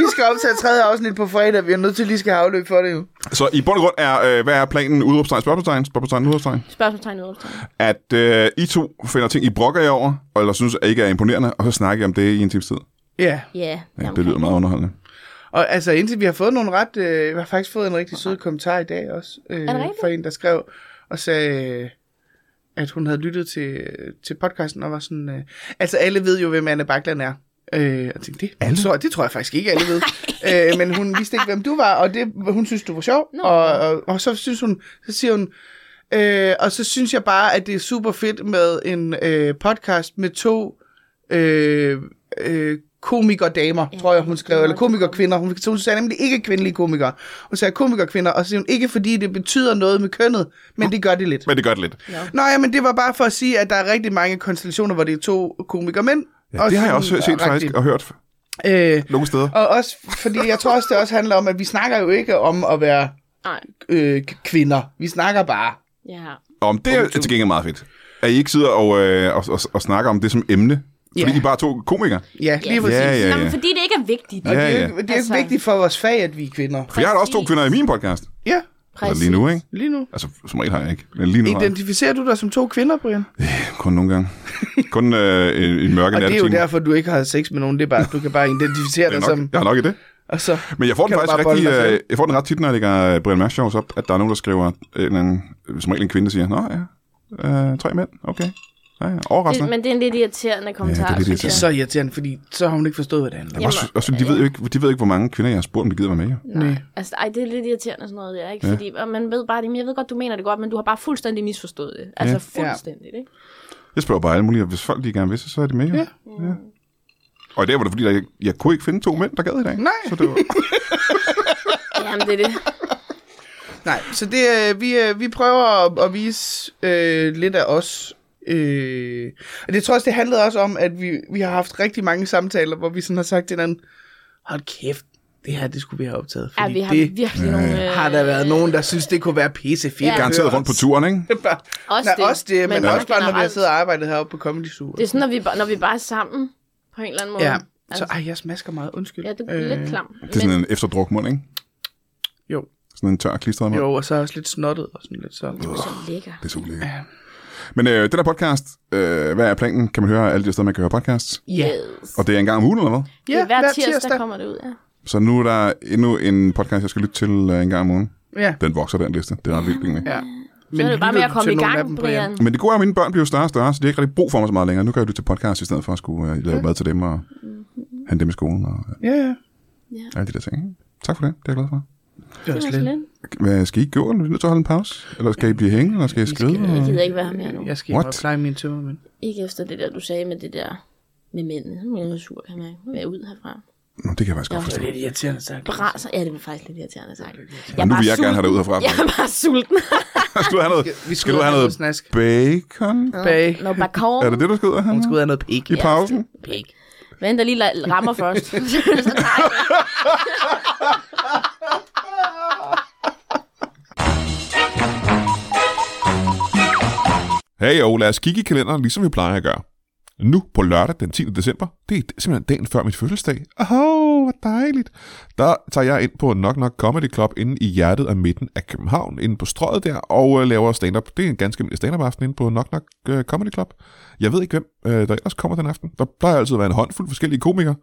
vi skal optage tredje afsnit på fredag. Vi er nødt til lige skal have afløb for det jo.
Så i bund og grund er, øh, hvad er planen? Udråbstegn, spørgsmålstegn, spørgsmålstegn, udråbstegn.
Spørgsmålstegn udopstegn.
At øh, I to finder ting, I brokker jer over, eller synes, at ikke er imponerende, og så snakker I om det i en times tid.
Ja,
Ja,
Ja, det lyder meget underholdende.
og altså indtil vi har fået nogle ret... Øh, vi har faktisk fået en rigtig sød kommentar i dag også. Øh,
det rigtigt?
fra en, der skrev og sagde... øh, at hun havde lyttet til, til podcasten og var sådan... Øh, altså, alle ved jo, hvem Anne Bakland er. Øh, og tænkte, det, alle? Så, det tror jeg faktisk ikke, alle
[LAUGHS]
ved. øh, men hun vidste ikke, hvem du var, og det, hun synes, du var sjov.
Nå.
Og, og, og, så synes hun, så siger hun, øh, og så synes jeg bare, at det er super fedt med en øh, podcast med to øh, øh, komikerdamer, ja, tror jeg, hun skrev, eller komikerkvinder. Hun, så hun sagde nemlig ikke kvindelige komikere. Hun sagde komikerkvinder, og så siger hun, ikke fordi det betyder noget med kønnet, men det gør det lidt.
Men det gør det lidt.
Nå ja, men det var bare for at sige, at der er rigtig mange konstellationer, hvor det er to komikere mænd.
Ja, det har jeg også
sådan-
hø- set faktisk og hørt
Øh,
nogle steder.
og også, fordi jeg tror også, det også handler om, at vi snakker jo ikke om at være
Nej.
øh, k- kvinder. Vi snakker bare.
Ja.
Om det er til gengæld meget fedt. At I ikke sidder og, øh, og, og, og snakker om det som emne. Fordi
Ja.
I bare er to komikere.
Ja, lige
Ja.
præcis.
Ja, ja,
Nå, men
ja.
fordi det ikke er vigtigt.
Og
Ja,
det
ja.
er jo ikke, det er jo
Altså-
ikke vigtigt for vores fag, at vi er kvinder.
For jeg har da også to kvinder i min podcast.
Ja,
Altså lige nu, ikke?
lige nu.
Altså, som regel har jeg ikke. Men lige nu har jeg
Identificerer du dig som to kvinder, Brian?
kun nogle gange. Kun øh, en, en mørke
Og det er jo
nattetime.
derfor, du ikke har sex med nogen. Det er bare, du kan bare identificere
Det er
dig
nok-
som...
Jeg har nok i det.
Og så,
Men jeg får den
Kan du
faktisk
bare
rigtig,
bolde dig
øh, jeg får den ret tit, når jeg lægger øh, Brian Mørk Shows op, at der er nogen, der skriver, en, eller anden, som regel en kvinde der siger, Nå ja, øh, tre mænd, okay. Ja, ja. Overraskende.
Det, men det er en lidt irriterende kommentar,
Ja, det er lidt
synes jeg.
irriterende.
Så irriterende, fordi så har hun ikke forstået, hvad det handler om.
Jamen, også, også, de, ved jo ikke, de ved ikke, hvor mange kvinder, jeg har spurgt, om de gider være med. jo.
Nej. Altså, ej, det er lidt irriterende sådan noget der, ikke? Ja. Fordi og man ved bare det, men jeg ved godt, du mener det godt, men du har bare fuldstændig misforstået det. Altså
Ja.
fuldstændigt, ikke?
Jeg spørger bare alle mulige, og hvis folk lige gerne vil, så, så er de med. Ja. ja. Og der var det, fordi der, jeg, jeg kunne ikke finde to mænd, der gad i dag.
[LAUGHS] Nej.
Så det var,
Jamen, det er det.
Nej, så det, øh, vi, øh, vi prøver at, at vise øh, lidt af os. Øh, og det tror jeg også, det handlede også om, at vi, vi har haft rigtig mange samtaler, hvor vi sådan har sagt til hinanden, hold kæft, det her, det skulle vi have optaget.
Ja,
Fordi
vi har
det
virkelig nogle... Øh,
har der været nogen, der synes, det kunne være pisse fedt. at
garanteret
høre
rundt på
os.
turen, ikke?
[LAUGHS] Bare-
Også
Nej,
Altså, det,
også det, men,
men
også bare, når vi har
generelt.
siddet og arbejdet heroppe på Comedy Zoo.
Det er sådan, når vi, bare- når vi bare er sammen på en eller anden måde.
Ja, så
altså,
ej, jeg smasker meget, undskyld.
ja du er øh, lidt klam.
Det er sådan en efterdruk mund, ikke?
Jo,
Sådan en tør klistret mund.
jo, og så også lidt snottet og sådan lidt sådan.
Men så lækker.
Det er så ulækkert. Ja. Men øh, den her podcast, øh, hvad er planen? Kan man høre alle de steder, man kan høre podcasts?
Ja,
Yes.
Og det er en gang om ugen, eller hvad?
Ja, det er hver tirsdag, kommer det ud, ja.
Så nu er der endnu en podcast, jeg skal lytte til øh, en gang om ugen.
Ja,
Den vokser, den liste. Det er ret vildt, egentlig.
ja.
Så er det bare med at
lytter du
komme
til
i
nogle af
gang,
dem,
Brian.
Men det gode er, at mine børn bliver jo større og større, så de har ikke rigtig brug for mig så meget længere. Nu kan jeg lytte til podcast i stedet for at skulle øh, lave mad til dem og hente dem i skolen og
Ja, ja.
øh, alle de der ting. Tak for det. Det er jeg glad for.
Det er også lidt.
Hvad skal I gå? Er vi nødt til at holde en pause? Eller skal I blive hængende, eller skal I skrive?
Jeg
Skal...
gider ikke være her mere nu.
Jeg skal
What?
What? bare pleje mine tømmer, men...
Ikke efter det der, du sagde med det der med mændene. Nu er jeg sur, kan jeg Nu vil jeg ud herfra.
Nå, det kan jeg faktisk godt
Ja.
forstå.
Det er irriterende sagt.
Braser. Ja, det var faktisk lidt irriterende sagt. Jeg
Men nu vil jeg gerne have dig ud herfra.
[LAUGHS] Jeg er bare sulten.
[LAUGHS] Skal du have noget,
vi
skal du have noget
snask.
bacon?
Bag.
Når bacon.
Er det det, du skal ud og have?
Hun skal
nu?
ud af noget pik.
I pausen?
Pik. Vent, der lige la- rammer
[LAUGHS]
først. Så nej.
Hey og lad os kigge i kalenderen, ligesom vi plejer at gøre. Nu på lørdag den 10. december, det er simpelthen dagen før mit fødselsdag. Åh, oh, hvor dejligt. Der tager jeg ind på Knock Knock Comedy Club inde i hjertet og midten af København, inde på strøget der, og øh, laver stand-up. Det er en ganske almindelig stand-up aften inde på Knock Knock øh, Comedy Club. Jeg ved ikke, hvem øh, der ellers kommer den aften. Der plejer altid at være en håndfuld forskellige komikere.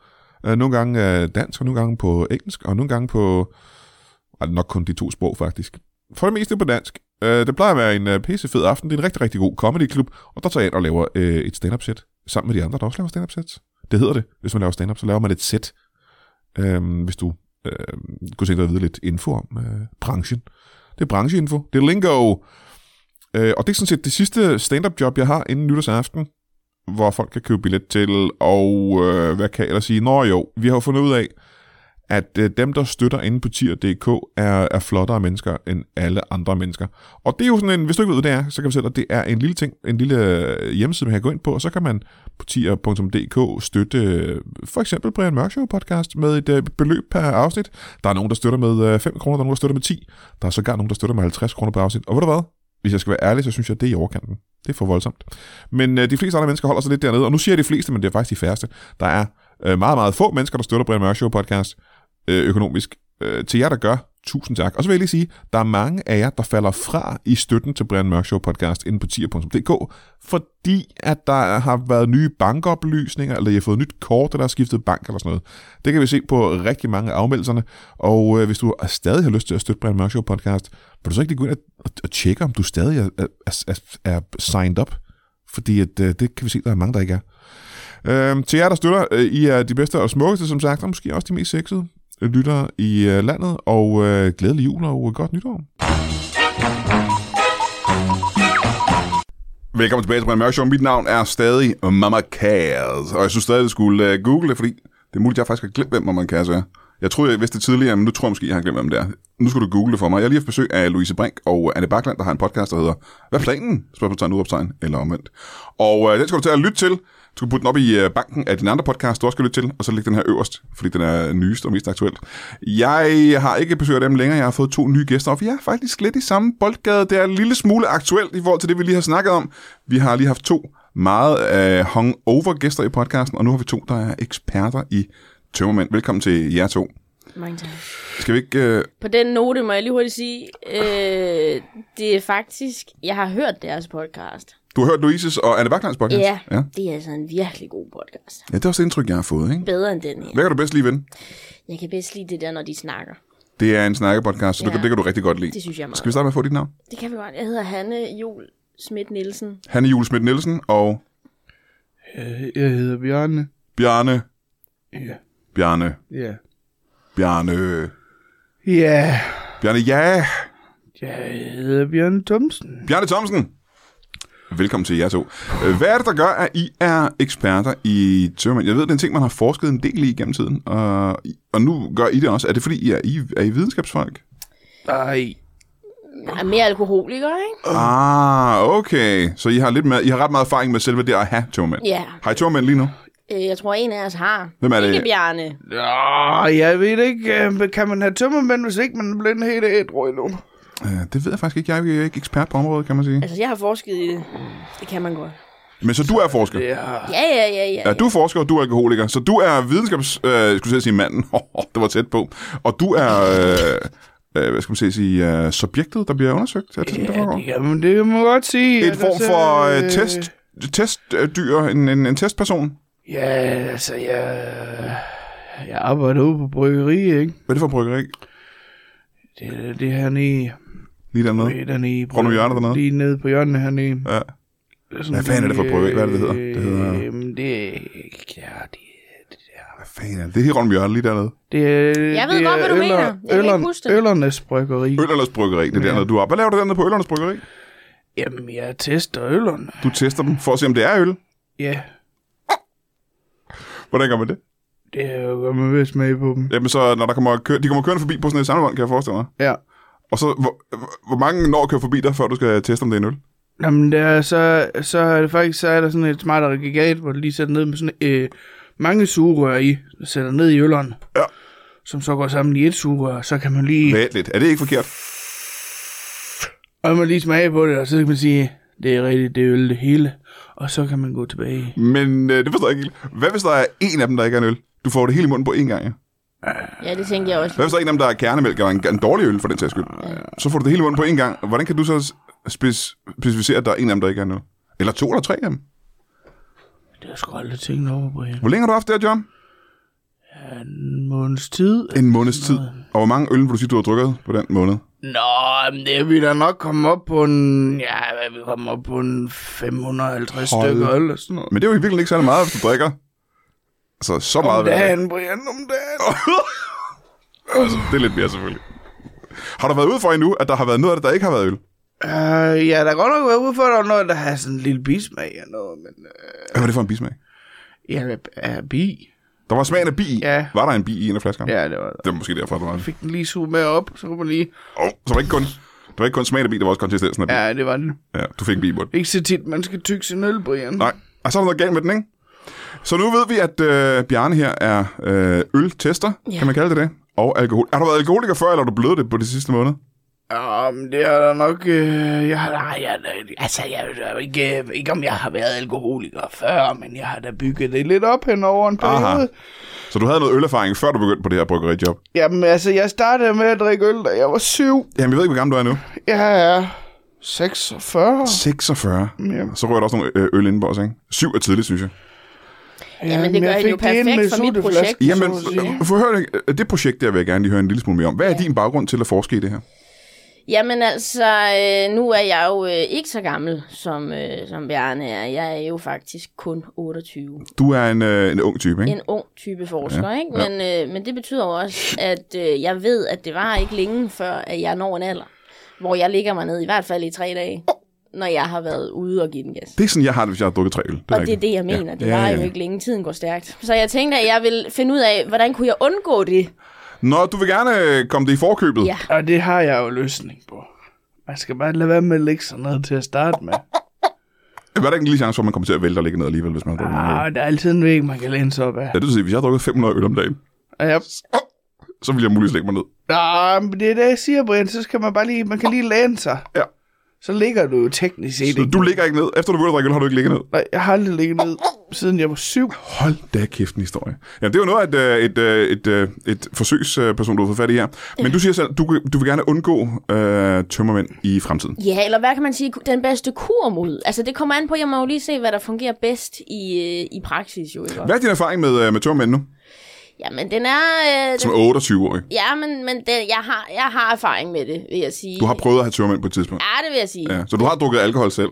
Øh, nogle gange øh, dansk, og nogle gange på engelsk, og nogle gange på... Ej, nok kun de to sprog, faktisk. For det meste på dansk. Øh, det plejer at være en øh, pissefed aften. Det er en rigtig, rigtig god comedyklub, og der tager jeg ind og laver øh, et stand-up set sammen med de andre, der også laver stand-up sets. Det hedder det. Hvis man laver stand-up, så laver man et set. Øh, hvis du øh, kunne tænke dig at vide lidt info om øh, branchen. Det er brancheinfo. Det er lingo. Øh, og det er sådan set det sidste stand-up job, jeg har inden nytårsaften, hvor folk kan købe billet til, og øh, hvad kan jeg ellers sige? Nå jo, vi har jo fundet ud af, at øh, dem, der støtter inde på tier.dk, er, er flottere mennesker end alle andre mennesker. Og det er jo sådan en, hvis du ikke ved, hvad det er, så kan vi sætte, at det er en lille ting, en lille øh, hjemmeside, man kan gå ind på, og så kan man på tier.dk støtte øh, for eksempel Brian Mørk Show podcast med et øh, beløb per afsnit. Der er nogen, der støtter med øh, 5 kroner, der er nogen, der støtter med 10. Der er sågar nogen, der støtter med 50 kroner per afsnit. Og ved du hvad? Hvis jeg skal være ærlig, så synes jeg, det er i overkanten. Det er for voldsomt. Men øh, de fleste andre mennesker holder sig lidt dernede, og nu siger jeg de fleste, men det er faktisk de færreste. Der er øh, meget, meget få mennesker, der støtter Brian Mørk Show podcast øh, økonomisk. Øh, til jer, der gør, tusind tak. Og så vil jeg lige sige, der er mange af jer, der falder fra i støtten til Brian Mørk Show podcast inde på tier.dk, fordi at der har været nye bankoplysninger, eller I har fået nyt kort, eller har skiftet bank eller sådan noget. Det kan vi se på rigtig mange af afmeldelserne. Og øh, hvis du stadig har lyst til at støtte Brian Mørk Show podcast, vil du så ikke lige gå ind og, og, og tjekke, om du stadig er, er, er, er signed up? Fordi at, øh, det kan vi se, der er mange, der ikke er. Øhm, til jer, der støtter, øh, I er de bedste og smukkeste, som sagt, og måske også de mest sexede lyttere i øh, landet, og øh, glædelig jul og godt nytår. Velkommen tilbage til Brian Mørk Show. Mit navn er stadig Mama Kaz, og jeg synes stadig, at jeg skulle øh, google det, fordi det er muligt, at jeg faktisk har glemt, hvem Mama Kaz er. Jeg troede, jeg vidste det tidligere, men nu tror jeg måske, jeg har glemt, hvem det er. Nu skulle du google det for mig. Jeg har lige haft besøg af Louise Brink og Anne Bakland, der har en podcast, der hedder Hvad er planen? Spørgsmålstegn, udopstegn eller omvendt. Og øh, den skal du til at lytte til. Du skal putte den op i øh, banken af dine andre podcast, du også skal lytte til, og så lægge den her øverst, fordi den er nyest og mest aktuelt. Jeg har ikke besøg af dem længere. Jeg har fået to nye gæster, og vi er faktisk lidt i samme boldgade. Det er en lille smule aktuelt i forhold til det, vi lige har snakket om. Vi har lige haft to meget øh, hungover gæster i podcasten, og nu har vi to, der er eksperter i tømmermænd. Velkommen til jer to.
Mange tak.
Skal vi ikke... Øh,
På den note må jeg lige hurtigt sige, øh, det er faktisk, jeg har hørt deres podcast.
du har hørt Louises og Anne Baklands podcast?
Ja,
ja.
det er altså en virkelig god podcast.
Ja, det er også det indtryk, jeg har fået, ikke?
Bedre end den her.
Hvad kan du bedst lide ved den?
Jeg kan bedst lide det der, når de snakker.
Det er en snakkepodcast, så du,
Ja.
kan, det kan du rigtig godt lide.
Det synes jeg er meget
Skal vi starte med at få dit navn?
Det kan vi godt. Jeg hedder Hanne Jul Schmidt Nielsen.
Hanne Jule Schmidt Nielsen og
Øh, Jeg hedder Bjørne.
Bjarne,
Ja.
Bjarne,
Ja.
Bjarne,
Ja.
Bjarne, ja,
Jeg hedder Bjørn Thomsen.
Bjarne Thomsen. Velkommen til jer to. Øh, Hvad er det, der gør, at I er eksperter i tømmermænd? Jeg ved, det er en ting, man har forsket en del i gennem tiden, og, og nu gør I det også. Er det, fordi I er, I, er I videnskabsfolk?
Nej.
Jeg er mere alkoholiker, ikke?
Ah, okay. Så I har, lidt med, I har ret meget erfaring med selve det at have tømmermænd.
Ja.
Har I tømmermænd lige nu?
Øh, Jeg tror, en af os har.
Hvem er det?
Ikke Bjarne.
Nå, jeg ved ikke. øh, Kan man have tømmermænd, hvis ikke man er blevet helt ædru endnu?
Øh, Det ved jeg faktisk ikke. Jeg er jo ikke ekspert på området, kan man sige.
Altså, jeg har forsket i det. Det kan man godt.
Men så du er forsker?
Ja.
Ja, ja, ja, ja.
Ja, du er forsker, og du er alkoholiker, så du er videnskabs... Øh, skulle jeg til at sige manden. [LAUGHS] det var tæt på. Og du er... Øh, øh, hvad skal man sige, sige, øh, subjektet, der bliver undersøgt. Er det sådan, det foregår?
Jamen, det kan man godt sige.
En form
Altså,
for øh,
øh,
test, testdyr, en, en, en testperson.
Ja, altså, jeg... Jeg arbejder ude på bryggeri, ikke?
Hvad er det for et bryggeri?
Det er det hernede.
Lige dernede.
Ved dernede.
Rundt om hjørnet dernede?
Lige nede på hjørnet hernede.
Ja.
Det er sådan
Hvad fanden er det for et
lige,
bryggeri? Hvad er det, det hedder? Det hedder-
øh, Jamen, det er ikke... Ja, det det der.
Hvad fanden er det? Det er helt rundt om hjørnet, lige dernede.
Det er,
Jeg ved
det
godt,
er
hvad du mener.
Øller-
Jeg kan ikke
Øllern-
huske det.
Øllernes Bryggeri.
Øllernes Bryggeri, det er dernede, du er. Hvad laver du dernede på Øllernes Bryggeri?
Jamen, jeg tester øllerne.
Du tester dem for at se, om det er øl.
Ja,
Hvordan gør man det?
det er jo godt, man ved at smage på dem.
Jamen så, når der kommer kø- de kommer kørende forbi på sådan et samlevogn, kan jeg forestille mig.
Ja.
Og så, hvor, hvor mange når at køre forbi dig, før du skal teste, om det er en øl?
Jamen, der er så, så er det faktisk så er der sådan et smart aggregat, hvor du lige sætter ned med sådan øh, mange sugerør i, og sætter ned i ølleren.
Ja.
Som så går sammen i et sugerør, så kan man lige,
Reelt lidt. Er det ikke forkert?
og kan man lige smage på det, og så kan man sige, det er rigtigt, det er øl det hele. Og så kan man gå tilbage.
Men øh, det forstår jeg ikke helt. Hvad hvis der er en af dem, der ikke er en øl? Du får det hele i munden på én gang, ja.
Ja, det tænkte jeg også.
Hvad hvis der er en af dem, der er kernemælk eller en, en dårlig øl, for den sags skyld? Så får du det hele i munden på én gang. Hvordan kan du så spec- specificere, at der er en af dem, der ikke er en øl? Eller to eller tre af dem?
Det er sgu aldrig tænkt over, Brian.
Hvor længe har du haft det her, John?
En måneds tid.
En måneds tid. Og hvor mange øl vil du sige, du har drukket på den måned?
Nå, men det vil da nok komme op på en, ja, hvad vi kommer op på en 550
Hold
stykker øl og sådan noget.
Men det er jo i virkeligheden ikke særlig meget, hvis du drikker. Altså, så meget
Om
hver dag.
dagen, Brian, om dagen.
[LAUGHS] altså, det er lidt mere selvfølgelig. Har der været ude for endnu, at der har været noget af det, der ikke har været øl?
Øh, ja, der er godt nok været ude for, at der var noget, der har sådan en lille bismag og noget, men... Øh,
Hvad var det for en bismag?
ja, er bi?
Der var smagen af bi i.
Ja.
Var der en bi i en af flaskerne?
Ja, det var der.
Det var måske derfor, der var en.
Fik den lige suget med op, så kunne man lige...
Oh, så var det ikke kun, det var ikke kun smagen af bi, det var også konsistensen af bi. Ja.
Ja, det var den.
ja du fik en bi i munden.
Ikke så tit, man skal tykke sin øl, Brian.
Nej, og så er der noget galt med den, ikke? Så nu ved vi, at øh, Bjarne her er øh, øltester, ja.
Ja.
kan man kalde det det, og alkohol. Har du været alkoholiker før, eller er du blevet det på det sidste måned?
Ja, men det er der nok... Øh, jeg har... Nej, jeg, altså, jeg ved jo ikke, øh, ikke, om jeg har været alkoholiker før, men jeg har da bygget det lidt op hen over en periode.
Aha. Så du havde noget ølerfaring, før du begyndte på det her bryggerijob?
Jamen, altså, jeg startede med at drikke øl, da jeg var syv.
Jamen, jeg ved ikke, hvor gammel du er nu.
Jeg er 46.
46.
Ja.
Så rører der også nogle øh, øl indenbords, ikke? Syv er tidligt, synes jeg.
Jamen, det gør
jeg
det jo
fik det ind
perfekt
med
for mit
sutteflasken,
projekt.
så
Jamen,
at sige.
øh, for hør, øh, det projekt der vil jeg gerne lige høre en lille smule mere om. Hvad er din baggrund til at forske i det her?
Jamen altså, øh, nu er jeg jo øh, ikke så gammel, som, øh, som Bjarne er. Jeg er jo faktisk kun 28.
Du er en, øh, en ung type, ikke?
en ung type forsker, ja. ikke? Men, øh, men det betyder jo også, at øh, jeg ved, at det var ikke længe før, at jeg når en alder, hvor jeg ligger mig ned i hvert fald i tre dage, når jeg har været ude og give den gas.
Det er sådan, jeg har det, hvis jeg har drukket tre øl. Det er
Og det er
rigtigt.
det, jeg mener.
Ja.
Det
Ja,
var
ja,
jo
ja.
ikke længe. Tiden går stærkt. Så jeg tænkte, at jeg ville finde ud af, hvordan kunne jeg undgå det?
Nå, du vil gerne øh, komme det i forkøbet.
Ja.
Og det har jeg jo løsning på. Man skal bare lade være med at lægge sådan noget til at starte med.
Var der ikke en lille chance for, at man kommer til at vælte og ligge ned alligevel, hvis man har drukket ah.
Ah, der er altid en væg, man kan læne sig op af.
Ja, det vil sige, hvis jeg har drukket 500 øl om dagen,
Og jeg,
så vil jeg muligvis lægge mig ned.
ah, men det er det, jeg siger, Brian. Så skal man bare lige, man kan lige læne sig.
Ja.
Så ligger du jo teknisk set.
Så
ikke.
du ligger ikke ned. Efter du begynder at drikke øl, har du ikke ligget ned.
Nej, jeg har aldrig ligget ned, siden jeg var syv.
Hold da kæft en historie. Ja, det er jo noget, at øh, et, øh, et, øh, et forsøgsperson, du har fået fat i her. Men du siger selv, du, du vil gerne undgå øh, tømmermænd i fremtiden.
Ja, eller hvad kan man sige, den bedste kur mod? Altså, det kommer an på, jeg må jo lige se, hvad der fungerer bedst i, øh, i praksis, jo ikke?
Hvad er din erfaring med, øh, med tømmermænd nu?
Jamen, den er... Øh, den,
Som 28-årig.
Ja, men, men den, jeg, har, jeg har erfaring med det, vil jeg sige.
Du har prøvet at have tørmænd på et tidspunkt.
Ja, det vil jeg sige.
Ja, så du har drukket alkohol selv.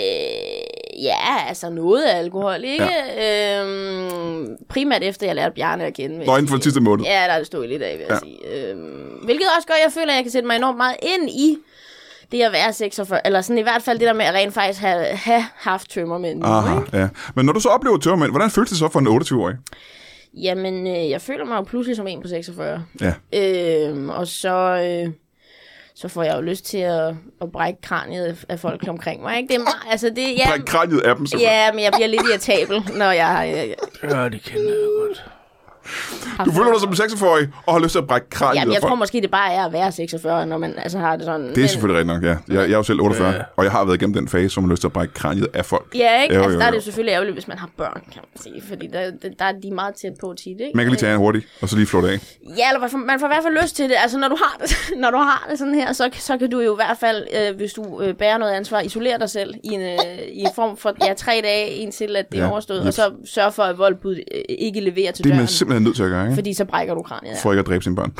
Øh, ja, altså noget alkohol, ikke? Ja. Øhm, primært efter, jeg lærte Bjarne at kende. vil
Nå,
jeg
inden for den
sige.
sidste måned.
Ja, der er det stået lidt af, vil jeg
Ja.
sige. Øhm, hvilket også gør, at jeg føler, at jeg kan sætte mig enormt meget ind i det at være 46. Eller sådan i hvert fald det der med at rent faktisk have, have haft tømmermænd.
Aha, ja. Men når du så oplever tørmænd, hvordan føles det så for en 28-årig?
Jamen, øh, jeg føler mig jo pludselig som en på 46.
Ja.
Øhm, og så, øh, så får jeg jo lyst til at, at brække kraniet af folk omkring mig. Ikke? Det er meget, altså det, ja,
Bræk kraniet af dem, simpelthen.
ja, men jeg bliver lidt irritabel, når jeg, øh, jeg, jeg
Ja, det kender jeg godt.
har
Du føler dig som en 46-årig og har lyst til at brække kraniet
Jamen, jeg
af folk.
tror måske, det bare er at være 46, når man altså har det sådan.
Det er selvfølgelig rigtigt nok, ja. Jeg, jeg er jo selv 48, og jeg har været igennem den fase, som har lyst til at brække kraniet af folk.
Ja, ikke?
Jo,
Jo, altså,
jo,
der er det
jo.
jo selvfølgelig ærgerligt, hvis man har børn, kan man sige. Fordi der, der, der er de meget tæt på tit, ikke?
Man kan lige tage en hurtigt, og så lige flå det af.
Ja, eller man får- man får i hvert fald lyst til det. Altså, når du har det, [LAUGHS] når du har det sådan her, så, så kan du jo i hvert fald, øh, hvis du øh, bærer noget ansvar, isolere dig selv i en, øh, i en form for ja, tre dage, indtil at det
Ja,
er overstået,
yes.
og så sørge for, at voldbuddet øh, ikke leverer til
Det er
døren.
man simpelthen nødt til at gøre, ikke?
Fordi så brækker du kraniet.
For ikke at dræbe sine børn.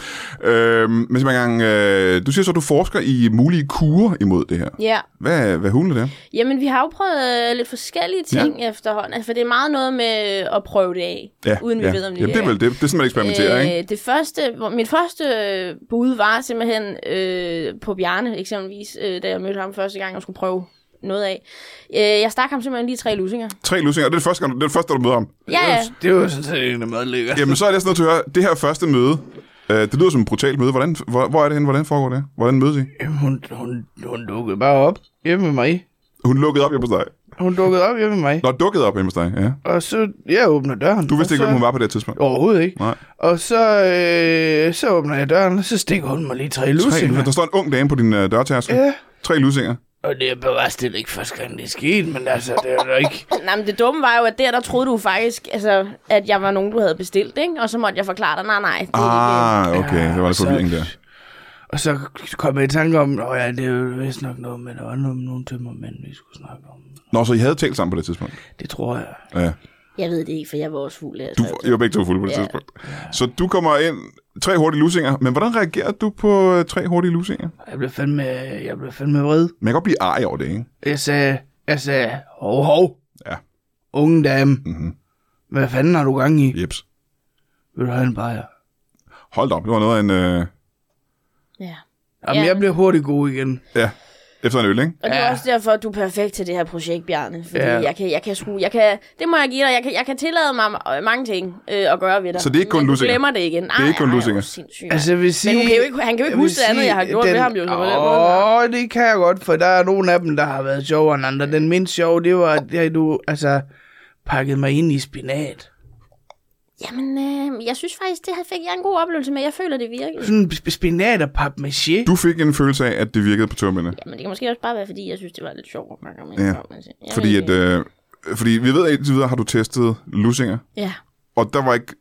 Øhm, men simpelthen gang, øh, du siger så, at du forsker i mulige kurer imod det her.
Ja.
Hvad, hvad hulen er det?
Jamen, vi har jo prøvet øh, lidt forskellige ting ja. efterhånden. Altså, for det er meget noget med øh, at prøve det af, uden vi
ja.
ved, om det
Jamen, det er vel det. Det er sådan, man eksperimenterer, øh, ikke?
Øh, det første, hvor- mit første øh, bud var simpelthen øh, på Bjarne, eksempelvis, øh, da jeg mødte ham første gang og skulle prøve noget af. Øh, jeg stak ham simpelthen lige tre lusinger.
Tre lusinger, og det er det første, gang, det, er det første, du møder ham.
Ja, ja.
Det var sådan set en meget lækkert.
Jamen, så er det sådan noget til at høre. Det her første møde, øh, det lyder som et brutalt møde. Hvordan, hvor, hvor er det henne? Hvordan foregår det? Hvordan mødes I?
Jamen, hun, hun, hun dukkede bare op hjemme med mig.
Hun lukkede op hjemme hos dig.
Hun dukkede op hjemme med mig.
Nå, dukkede op hjemme hos dig, ja.
Og så, jeg åbner døren.
Du vidste
og
ikke,
så,
hvem hun var på det her tidspunkt.
Overhovedet ikke.
Nej.
Og så, øh, så åbner jeg døren, og så stikker hun mig lige tre
Tre, der
lusinger.
står en ung dame på din øh, dørtærskel.
Ja.
Tre lusinger.
Og det er bare slet ikke første gang, det skete, men altså, det er da ikke...
Nej, men det dumme var jo, at der, der troede du faktisk, altså, at jeg var nogen, du havde bestilt, ikke? Og så måtte jeg forklare dig, nej, nej, det er ikke.
Ah,
øh,
okay.
Ja,
Der var lidt
så-
forvirring der.
Og så kom jeg i tanke om, at ja, det er jo vist nok noget med, der var noget, nogle tømmermænd, vi skulle snakke om.
Nå, så I havde talt sammen på det tidspunkt.
Det tror jeg.
Ja.
Jeg ved det ikke, for jeg var også fuld. Altså.
Du, I var begge to fulde på det
Ja.
tidspunkt. Så du kommer ind, tre hurtige lusinger. Men hvordan reagerer du på øh, tre hurtige lusinger?
Jeg blev fandme, jeg blev fandme vred.
Man kan godt blive arg over det, ikke?
Jeg sagde, jeg sagde, hov, hov.
Ja.
Unge dame,
Mhm.
hvad fanden har du gang i?
Jeps.
Vil du have en bajer?
Hold da op, det var noget af en... Øh,
Ja.
Jamen,
Ja.
jeg bliver hurtigt god igen.
ja, efter en øl, ikke?
Og det er
Ja.
også derfor, at du er perfekt til det her projekt, Bjarne. Fordi
Ja.
ja. jeg, kan, jeg kan skrue, jeg kan, det må jeg give dig, jeg kan, jeg kan tillade mig ma- mange ting øh, at gøre ved dig.
Så det er ikke kun
Men du
lussinger?
glemmer det igen. Nej,
er ikke kun
nej,
lussinger?
hvor sindssygt.
Altså, jeg vil sige...
Men hun kan jo ikke, han kan jo ikke
vil
huske det andet,
sige,
jeg har gjort den... ved ham jo. Så på den måde.
Åh, det kan jeg godt, for der er nogle af dem, der har været sjovere end andre. Den mindst sjove, det var, at jeg, du altså, pakkede mig ind i spinat.
Jamen, øh, jeg synes faktisk, det her fik jeg en god oplevelse med. Jeg føler, det virkelig.
Sådan en sp- spinat og papmaché.
Du fik en følelse af, at det virkede på tømmerne.
Jamen, det kan måske også bare være, fordi jeg synes, det var lidt sjovt. at snakke om,
Ja.
om, altså. Jeg
Fordi,
ved
at,
ikke.
øh, fordi vi ved, at indtil videre har du testet lusinger,
Ja.
og der var ikke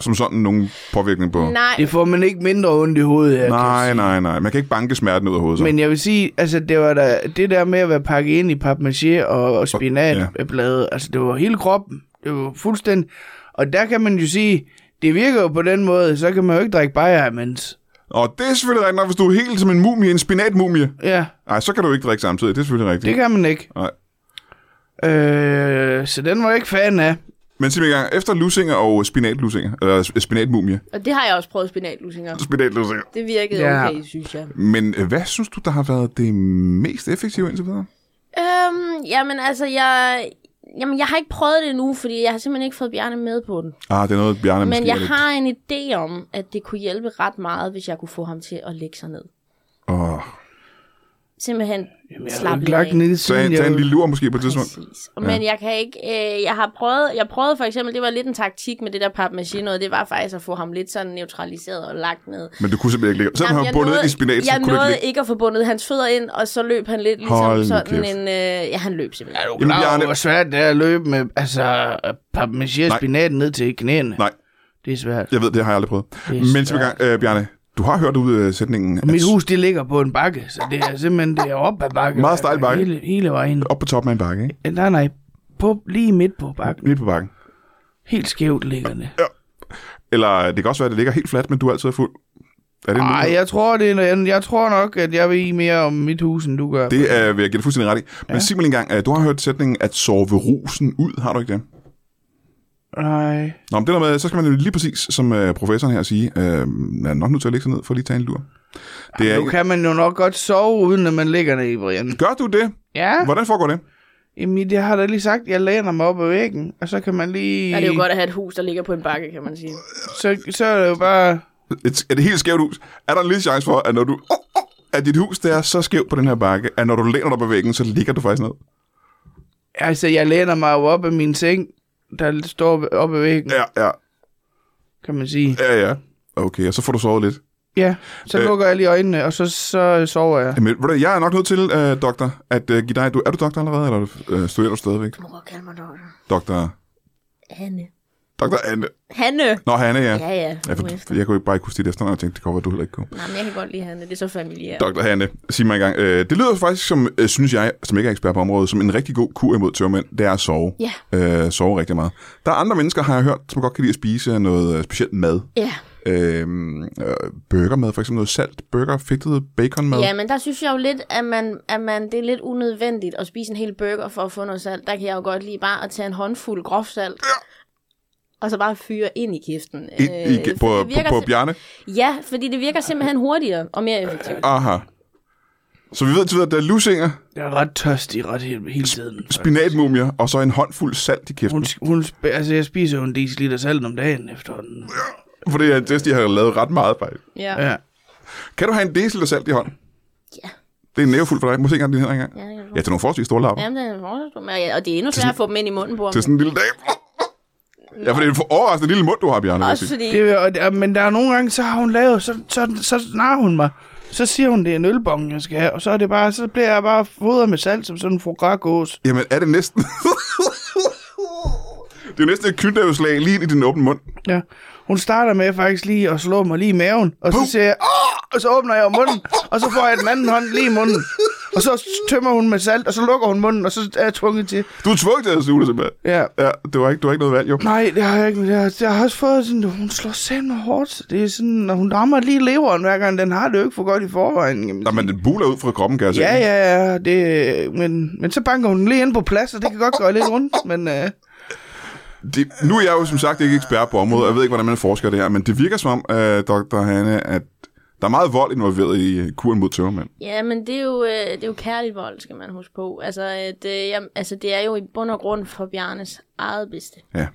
som sådan nogen påvirkning på...
Nej,
Det får man ikke mindre ondt i hovedet af. kan jeg
nej,
sige.
nej, nej. Man kan ikke banke smerten ud af hovedet. Så.
Men jeg vil sige, altså det var da, det der med at være pakket ind i papmaché og, og spinatblade, ja. altså det var hele kroppen. Det var fuldstændig. Og der kan man jo sige, det virker jo på den måde, så kan man jo ikke drikke bajer imens.
Og det er selvfølgelig rigtigt nok, hvis du er helt som en mumie, en spinatmumie.
Ja,
Nej, så kan du ikke drikke samtidig. Det er selvfølgelig rigtigt.
det kan man ikke.
Nej.
Øh, så den var jeg ikke fan af.
Men sig mig gang, efter lusinger og spinatlusinger, eller s- spinatmumie,
og det har jeg også prøvet spinatlusinger.
spinatlusinger.
Det virkede
Ja.
okay, synes jeg.
Men øh, hvad synes du, der har været det mest effektive indtil videre?
Øhm, jamen, altså, jeg... Jamen, jeg har ikke prøvet det endnu, fordi jeg har simpelthen ikke fået Bjarne med på den.
Ah, det er noget, Bjarne
Men
måske er
jeg
lidt-
har en idé om, at det kunne hjælpe ret meget, hvis jeg kunne få ham til at lægge sig ned.
Åh,
Simpelthen
Jamen, jeg har
slappe
ikke
lidt
lagt
af.
den i
tag,
siden.
en-
Jeg,
tag en lille lur måske på et tidspunkt.
Præcis. Men jeg kan ikke, øh, jeg har prøvet, jeg prøvede for eksempel, det var lidt en taktik med det der papmaché noget, det var faktisk at få ham lidt sådan neutraliseret og lagt ned.
Men du kunne simpelthen ikke ligge. Selvom han
Jamen,
var bundet ind i spinat, så
jeg
kunne du
nåede
ikke
ikke,
ligge.
at få bundet hans fødder ind, og så løb han lidt ligesom
Hold nu
sådan
kæft.
en, øh, ja han løb simpelthen.
er du
Jamen,
klar
Bjarne-
over, hvor svært det er at løbe med altså, papmaché
Nej.
og spinat ned til knæene?
Nej.
Det er svært.
Jeg ved, det har jeg aldrig prøvet. Men til gang, øh, Bjarne, du har hørt ud øh, sætningen, at
Mit hus, det ligger på en bakke, så det er simpelthen det er op ad bakken.
Meget stejl bakke.
Hele, hele vejen. Øh,
op på toppen af en bakke, ikke?
Nej, nej. På, lige midt på bakken.
Lige på bakken.
Helt skævt ligger det.
Ja. Eller det kan også være, at det ligger helt fladt, men du altid er fuld. Er det en
Nej,
mulighed?
jeg tror, det er, en- jeg tror nok, at jeg ved I mere om mit hus, end du gør.
Det er, vil jeg give dig fuldstændig ret i. Men ja. sig mig lige engang, øh, du har hørt sætningen, at sove rusen ud, har du ikke det?
Nej.
Nå, men det der med, så skal man jo lige præcis, som øh, professoren her siger, øh, man er nok nødt til at lægge sig ned for lige at tage en lur. Det er,
Nu kan man jo nok godt sove, uden at man ligger ned, Brian.
Gør du det?
Ja,
Hvordan foregår det?
Jamen, det har jeg da lige sagt. Jeg læner mig op ad væggen, og så kan man lige...
Ja, det er jo godt at have et hus, der ligger på en bakke, kan man sige.
Så, så er det jo bare...
Et, et helt skævt hus. Er der en lille chance for, at når du... Oh, oh, at dit hus, det er så skævt på den her bakke, at når du læner dig på væggen, så ligger du faktisk ned.
Altså, jeg læner mig jo op ad min seng, der står op ad væggen,
Ja, ja,
kan man sige.
ja, ja. Okay, og så får du sovet lidt.
Ja, så
Øh.
lukker jeg lige øjnene, og så, så sover jeg.
Jamen, ved du, hvad, jeg er nok nødt til, øh, doktor, at øh, give dig... Du, er du doktor allerede, eller øh, studerer du stadigvæk?
Du må godt kalde mig doktor.
Doktor...
Hanne.
Doktor Anne.
Hanne!
Nå, Hanne, ja.
Ja, ja.
ja for,
nu efter.
jeg kunne ikke bare ikke huske dit efternavn, og tænkte, det kunne være, du heller ikke kunne.
Nej, men jeg kan godt lide Hanne. Det er så familiært.
Dr. Hanne, sig mig engang. Øh, det lyder faktisk som, øh, synes jeg, som ikke er ekspert på området, som en rigtig god kur imod tørmænd, det er at sove.
Ja.
Øh, sove rigtig meget. Der er andre mennesker, har jeg hørt, som godt kan lide at spise noget øh, specielt mad.
Ja.
Øh, øh, burgermad, for eksempel noget salt, burger, fedtet baconmad.
ja, men der synes jeg jo lidt, at, man, at man, det er lidt unødvendigt at spise en hel burger for at få noget salt. Der kan jeg jo godt lide bare at tage en håndfuld groft salt. Ja. Og så bare fyre ind i kæften.
Ind i,
Øh,
på,
for
på,
det virker
på
sim-
Bjarne.
Ja, fordi det virker simpelthen hurtigere og mere effektivt.
Aha. Så vi ved til videre, at der er lusinger,
Jeg er ret tørstig ret hele, hele tiden.
spinatmumier, og så en håndfuld salt i kæften.
Hun, hun, sp- altså, jeg spiser jo en deciliter salt om dagen efterhånden.
For det er en test, de har lavet ret meget fejl.
Ja. ja.
Ja.
Kan du have en deciliter salt i hånden?
Ja.
Det er nævefuldt for dig. Må se engang din hænder engang.
Ja, det kan du.
Ja, til nogle forholdsvis store lapper.
Jamen, det er forholdsvis- men ja, og det er endnu sværere at få dem ind i munden på ham.
til sådan en lille dag. Ja, for det er en overraskende lille mund, du har, Bjarne. vil jeg
Også
sige.
fordi...
Det, er- og, og- men der er nogle gange, så har hun lavet, så, så, så snarer hun mig. Så siger hun, det er en ølbong, jeg skal have, og så, er det bare, så bliver jeg bare fodret med salt, som sådan en frugrækås.
Jamen, er det næsten... det er jo næsten et kyndaveslag lige i din åbne mund.
Ja. Hun starter med faktisk lige at slå mig lige i maven, og så siger jeg, Åh! og så åbner jeg jo munden, og så får jeg den anden hånd lige i munden. Og så tømmer hun med salt, og så lukker hun munden, og så er jeg tvunget til.
Du er tvunget til at suge det, simpelthen.
Ja.
Ja, det var ikke, du var ikke noget valg, jo.
Nej, det har jeg ikke. men Jeg har, jeg har også fået sådan, hun slår sand hårdt. Det er sådan, når hun rammer lige leveren hver gang, den har det jo ikke for godt i forvejen. Jamen,
Nej, men den buler ud fra kroppen, kan jeg se.
Ja, ja, ja, det, men, men så banker hun den lige ind på plads, og det kan godt gøre lidt rundt, men øh,
Det, nu er jeg jo som sagt ikke ekspert på området, og jeg ved ikke, hvordan man forsker det her, men det virker som om, øh, Dr. Hanne, at der er meget vold involveret i øh, kuren mod tømmermænd.
Ja, men det er jo, øh, det er jo kærlig vold, skal man huske på. Altså, at, øh, jamen, altså, det er jo i bund og grund for Bjarnes eget bedste.
Ja.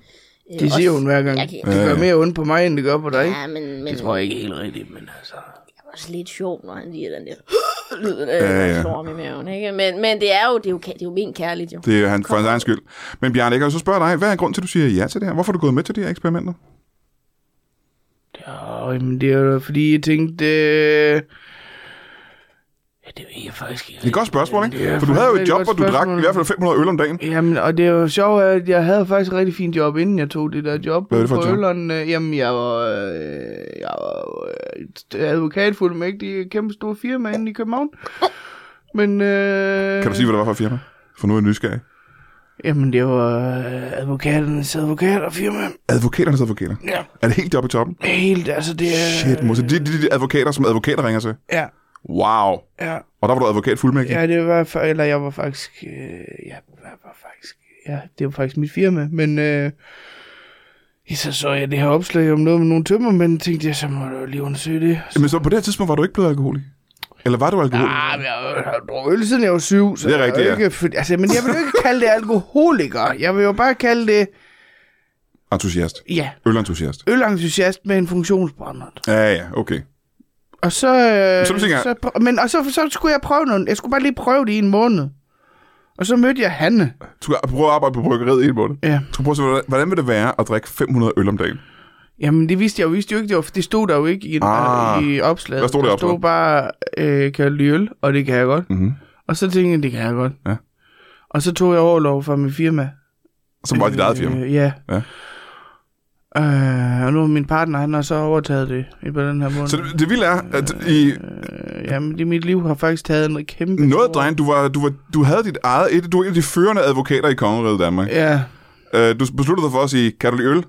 Øh,
det siger hun hver gang.
Jeg kan-
Det gør mere ondt på mig, end det gør på dig.
Ja, men, men det
jeg ikke helt rigtigt, men altså...
er også lidt sjovt, når han siger den der [GASPS] lyd, der
Ja,
ja,
ja.
ja. slår ham i maven. Ikke? Men, men det er jo, det er jo, ka- det er jo min kærligt, jo. Det.
Det er han for hans egen skyld. Men Bjarne, jeg kan jo så spørge dig, hvad er grunden til, at du siger ja til det her? Hvorfor er du gået med til de her eksperimenter?
Ja, jamen, det er jo fordi, jeg tænkte... Øh... Ja, det ved jeg faktisk ikke.
Det er et godt spørgsmål,
Det
ikke?
er
For du havde jo et
faktisk
job,
et
hvor
godt
du drak
spørgsmål.
i hvert fald 500 øl om dagen.
Jamen, og det er jo sjovt, at jeg havde faktisk et rigtig fint job, inden jeg tog det der job.
Hvad var det for et
på
job?
Ølleren. Øh, Jamen, jeg var, øh, jeg var øh, advokatfuldmægtig i et kæmpe store firma inde i København. Men, øh,
Kan du sige, hvad det var for et firma? For nu er jeg nysgerrig.
Jamen, det var øh, advokaternes advokat og firma.
Advokaternes advokater.
Ja.
Er det helt oppe i toppen?
Helt, altså det er...
Shit, mor. Så det er de, de advokater, som advokater ringer til.
Ja,
Wow.
ja.
Og der var du advokat fuldmægtig.
Ja, det var, fa- eller jeg var faktisk, øh, ja, jeg var faktisk, ja, det var faktisk mit firma, men øh, så så jeg det her opslag om noget med nogle tømmer, men tænkte jeg, så må jeg jo lige undersøge det. Så,
Men så på det her tidspunkt var du ikke blevet alkoholik? Eller var du alkoholik?
ah, men jeg har- har drukket øl, siden jeg var syv, så
Det er
jeg
rigtigt,
jo
ja.
ikke, født- altså, men jeg vil jo ikke kalde det alkoholiker, jeg vil jo bare kalde det, Ah.
Entusiast.
ja,
Ølentusiast.
ølentusiast med en funktionsbrændert.
Ja, ja, okay.
Og så, øh,
Så du tænker-
så pr- men, og så, så skulle jeg prøve noget, jeg skulle bare lige prøve det i en måned. Og så mødte jeg Hanne.
Du skal prøve at arbejde på bryggeriet i en måned.
Ja.
Du skal prøve at se, hvordan- hvordan vil det være at drikke 500 øl om dagen?
Jamen, det vidste jeg jo, vidste jo ikke, det, var, for det stod der jo ikke i,
Ah.
ah, i opslaget.
Hvad stod der i
der stod
opslaget?
bare, øh, kan jeg lide øl, og det kan jeg godt.
Mhm.
Og så tænkte jeg, det kan jeg godt.
Ja.
Og så tog jeg overlov fra mit firma.
Som var dit eget firma.
Øh, ja.
Ja.
Øh, og nu er min partner, han har så overtaget det i på den her måned.
Så det, det vilde er, at i
Øh, jamen, det, mit liv har faktisk taget en kæmpe...
noget,
stor-
dreng, du, var, du, var, du havde dit eget, et, du var en af de førende advokater i Kongeriget Danmark.
Ja,
Øh, du besluttede dig for at sige, kan du lide øl? Og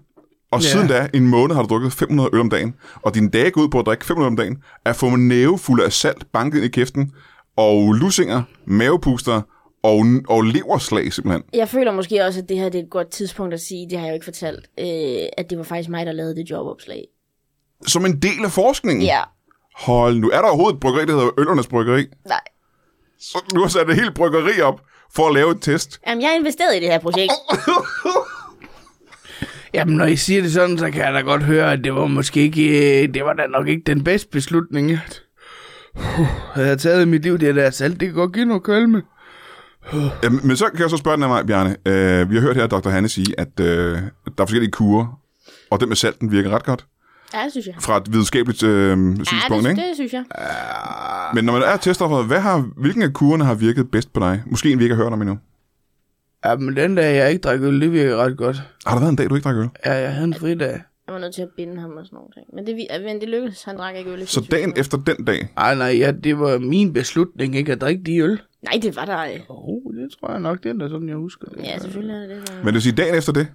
Ja.
yeah. siden da, i en måned, har du drukket 500 øl om dagen, og dine dage går ud på at drikke 500 øl om dagen, at få en næve fuld af salt banket ind i kæften, og lusinger, mavepuster og, og leverslag simpelthen.
Jeg føler måske også, at det her det er et godt tidspunkt at sige, det har jeg jo ikke fortalt, øh, at det var faktisk mig, der lavede det jobopslag.
Som en del af forskningen.
Ja,
Hold nu, er der overhovedet et bryggeri, der hedder Øllernes Bryggeri?
nej.
Så nu har sat et helt bryggeri op for at lave et test.
Jamen, jeg har investeret i det her
[LAUGHS]
projekt.
Jamen, når I siger det sådan, så kan jeg da godt høre, at det var måske ikke, øh, det var da nok ikke den bedste beslutning, jeg Puh, havde jeg taget i mit liv, det der salt, det kan godt give noget kølme.
Ja, men men så kan jeg så spørge den af mig, Bjarne. Øh, vi har hørt her Dr. Hanne sige, at øh, der er forskellige kurer, og den med salten virker ret godt
Ja, det synes jeg.
fra et videnskabeligt øh,
Ja,
synspunkt.
det,
ikke?
det synes jeg.
Men når man er testoffer, hvad har, hvilken af kurerne har virket bedst på dig? Måske en, vi ikke har hørt om endnu.
Jamen, den dag, jeg ikke drak øl, det virker ret godt.
Har der været en dag, du ikke drak øl?
Ja, jeg havde en fridag.
Jeg var nødt til at binde ham og sådan nogle ting. Men det, vi- men det lykkedes. Han drak ikke øl. i
Så
24
dagen
timer.
efter den dag,
Ej, nej, ja, det var min beslutning, ikke at drikke de øl.
Nej, det var der ej.
Oh, det tror jeg nok, det er da sådan, jeg husker det.
Ja, selvfølgelig er det det.
men det vil sige dagen efter det,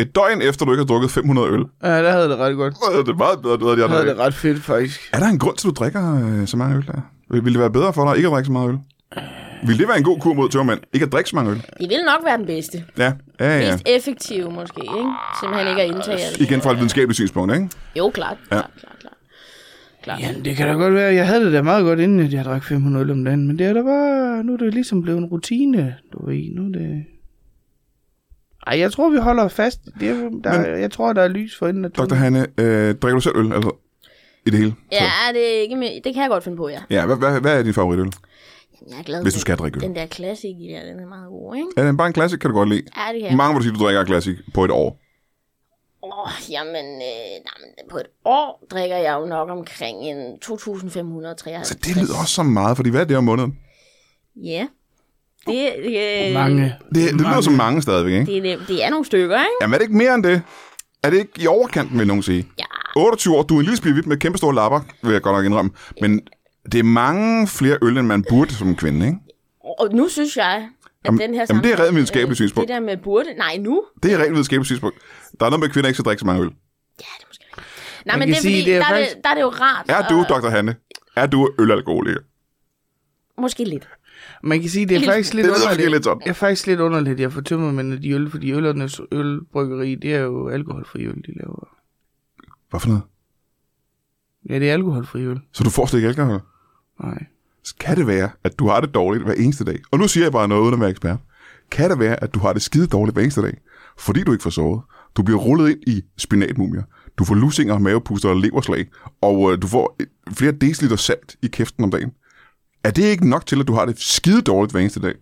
et døgn efter, du ikke har drukket 500 øl.
Ja, der havde jeg det ret godt.
Øh, Det er meget bedre, du ved, de
Jeg havde
andre
det
dage.
ret fedt, faktisk.
Er der en grund til, at du drikker øh, så mange øl der? Vil det være bedre for dig ikke at drikke så meget øl? Vil det være en god kur mod tørmand? Ikke at drikke så mange øl?
Det ville nok være den bedste.
Ja, ja, ja.
Mest effektive måske, ikke? Simpelthen ikke at indtage alt.
Igen fra et videnskabeligt synspunkt, ikke?
Jo, klart. Klart, klart, klart.
Jamen, det kan da godt være. Jeg havde det da meget godt, inden at jeg drak 500 øl om dagen. Men det er da bare... Nu er det ligesom blevet en rutine, du ved. Nu er det... Ej, jeg tror, vi holder fast. Det er, der, men, jeg tror, der er lys for enden af
Dr.
tunnelen.
Hanne, øh, drikker du selv øl? Altså, i det hele?
Ja, det, er ikke med, det kan jeg godt finde på, ja.
Ja, hvad, hvad, hvad er din favoritøl?
Jeg er glad
Hvis du
for
skal drikke øl.
Den der klassik i der, den er meget god, ikke?
Er den bare en klassik, kan du godt lide?
Ja, det kan
Hvor
jeg.
mange vil du sige, du drikker af klassik på et år?
Åh, oh, jamen, øh, nej, men på et år drikker jeg jo nok omkring en 2553.
Så det lyder også så meget, fordi hvad er det om måneden?
Ja. Det, øh,
Mange.
Det, det lyder som mange stadigvæk, ikke?
Det, er nem- det er nogle stykker, ikke?
Jamen er det ikke mere end det? Er det ikke i overkanten, vil nogen sige?
Ja.
28 år, du er en lille spivip med kæmpe store lapper, vil jeg godt nok indrømme. Men det er mange flere øl, end man burde som kvinde, ikke?
Og nu synes jeg, at
Jamen-
den her
jamen, det er
samtale,
rent videnskabeligt
øh,
synspunkt.
Det der med burde... Nej, nu?
Det er rent videnskabeligt synspunkt. Der er noget med, at kvinder ikke skal drikke så mange øl.
Ja, det er måske rigtigt. Nej,
Man
men
kan
det er
sige,
fordi,
det er
der, er
faktisk-
det, der er det jo rart.
Er
at-
du, Dr. Hanne? Er du ølalkoholiker?
Måske lidt.
Man kan sige, det er faktisk lidt
Det lyder måske
underligt.
lidt sådan.
Det er faktisk lidt underligt, jeg får tømmermænd af de øl, fordi øllernes ølbryggeri, det er jo alkoholfri øl, de laver.
Hvad for noget?
Ja, det er alkoholfri øl.
Så du får slet ikke alkohol?
Nej.
Kan det være, at du har det dårligt hver eneste dag? Og nu siger jeg bare noget uden at være ekspert. Kan det være, at du har det skide dårligt hver eneste dag? Fordi du ikke får sovet. Du bliver rullet ind i spinatmumier. Du får lusinger, mavepuster og leverslag. Og øh, du får øh, flere deciliter salt i kæften om dagen. Er det ikke nok til, at du har det skide dårligt hver eneste dag?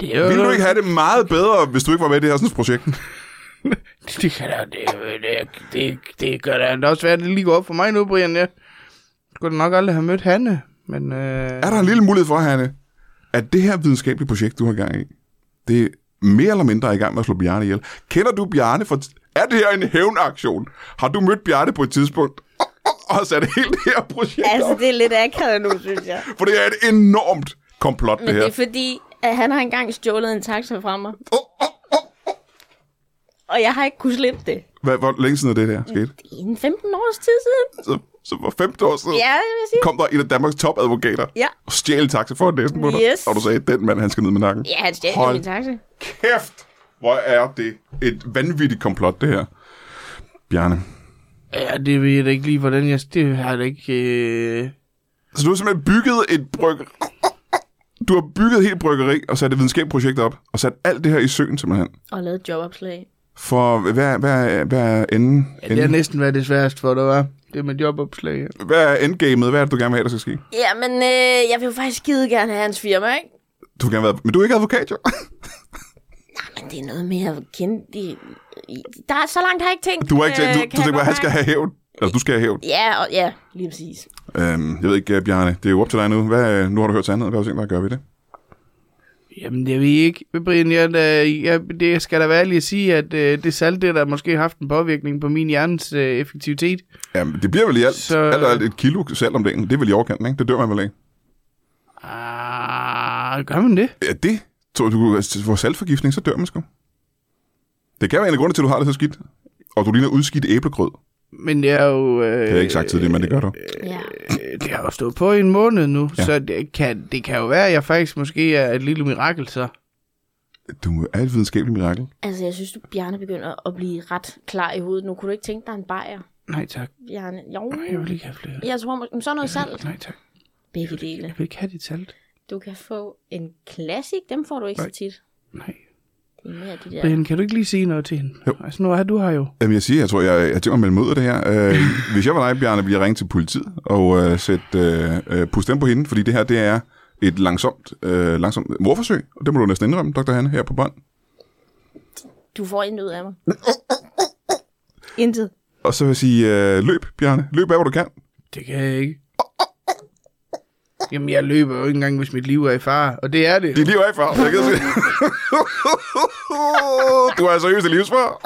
Det er jo
Vil du ikke have det meget bedre, hvis du ikke var med i det her sådan et projekt?
[LAUGHS] Det kan da, det, det, det, det gør da også være, at det lige går op for mig nu, Brian. Jeg skulle da nok aldrig have mødt Hanne, men... Øh,
Er der en lille mulighed for, Hanne, at det her videnskabelige projekt, du har gang i, det er mere eller mindre i gang med at slå Bjarne ihjel. Kender du Bjarne for... Er det her en hævnaktion? Har du mødt Bjarne på et tidspunkt og, og, og har sat hele det her projekt altså, op?
det er lidt akavet nu, synes jeg.
For det er et enormt komplot, det
Men det
her.
er fordi, at han har engang stjålet en taxa fra mig. Og jeg har ikke kunnet slippe det.
Hvad, hvor længe siden er det der sket?
Det er en 15 års tid siden.
Så, så for 15 år siden
Ja, det vil jeg sige.
kom der en af Danmarks topadvokater
Ja.
og stjal en taxa for næsten på dig.
Yes.
Og du sagde, den mand, han skal ned med nakken.
Ja, han stjal
Hold
min taxa.
Kæft, hvor er det et vanvittigt komplot, det her. Bjarne,
Ja, det ved jeg da ikke lige, hvordan jeg... Det har jeg da ikke... Øh,
Så du har simpelthen bygget et bryg... Du har bygget et helt bryggeri og sat et videnskabeligt projekt op, og sat alt det her i søen simpelthen.
Og lavet et jobopslag.
For hvad, hvad, er- hvad er enden?
ja, det har
enden
næsten været det sværeste for dig, var. Det er mit jobopslag. ja.
hvad er endgamet? Hvad er det, du gerne vil have, der skal ske?
Ja, men øh, jeg vil jo faktisk skide gerne have hans firma, ikke?
Du vil gerne være... Men du er ikke advokat, jo. [LAUGHS]
Men det er noget mere at kende. Det, der er så langt, har jeg ikke tænkt.
Du, er ikke,
Øh,
du,
kan
du
jeg
tænker bare,
godt
han skal
mærke.
have hævn. Altså, du skal have hævn.
Ja, og, ja, lige præcis.
Øhm, jeg ved ikke, øh, Bjarne, det er jo op til dig nu. Hvad, øh, nu har du hørt sandheden. Hvad har du tænkt dig at gøre ved det?
Jamen, det ved jeg ikke. Brian, jeg, jeg, jeg, det skal da være ærlig at sige, at øh, det salt, det der måske har haft en påvirkning på min hjernes øh, effektivitet.
Jamen, det bliver vel i alt, så...
Så-
alt, og alt et kilo salt om dagen. Det er vel i overkanten, ikke? Det dør man vel af.
Ah, gør man det? Ah,
altså, Ja, det tror du, du får saltforgiftning, så dør man sgu. Det Det kan være en af grunde til, at du har det så skidt. Og du ligner udskidt æblegrød.
Men det er jo... Øh,
Det har jeg ikke sagt tidligere, men det gør du.
Ja.
øh, det har jo stået på i en måned nu,
Ja.
ja. så det kan, det kan jo være, at jeg faktisk måske er et lille mirakel så.
Du er et videnskabeligt mirakel.
Altså, jeg synes, du, Bjarne begynder at blive ret klar i hovedet. Nu kunne du ikke tænke dig en bajer,
Nej tak,
Bjarne. Jo,
jeg vil ikke have flere.
jeg tror måske, så noget salt.
Nej tak,
Begge dele.
jeg vil ikke have dit salt.
Du kan få en klassik, dem får du ikke så
Nej.
tit.
Nej.
Det er mere de der.
Brian, kan du ikke lige sige noget til hende? Jo. Altså nu er du her jo.
Jamen, jeg siger, jeg tror, jeg, jeg tænker mig at melde mig ud af det her. [LAUGHS] Øh, hvis jeg var dig, Bjarne, ville jeg ringe til politiet og øh, sætte øh, øh, pus dem på hende, fordi det her, det er et langsomt, øh, langsomt morforsøg, og det må du næsten indrømme, Dr. Hanne, her på bånd.
Du får intet ud af mig. intet.
Og så vil jeg sige, øh, løb, Bjarne. Løb af, hvor du kan.
Det kan jeg ikke. Jamen, jeg løber jo ikke engang, hvis mit liv er i fare, og det er det.
Dit liv er i far. Jeg kan se. du er seriøst i livsfar.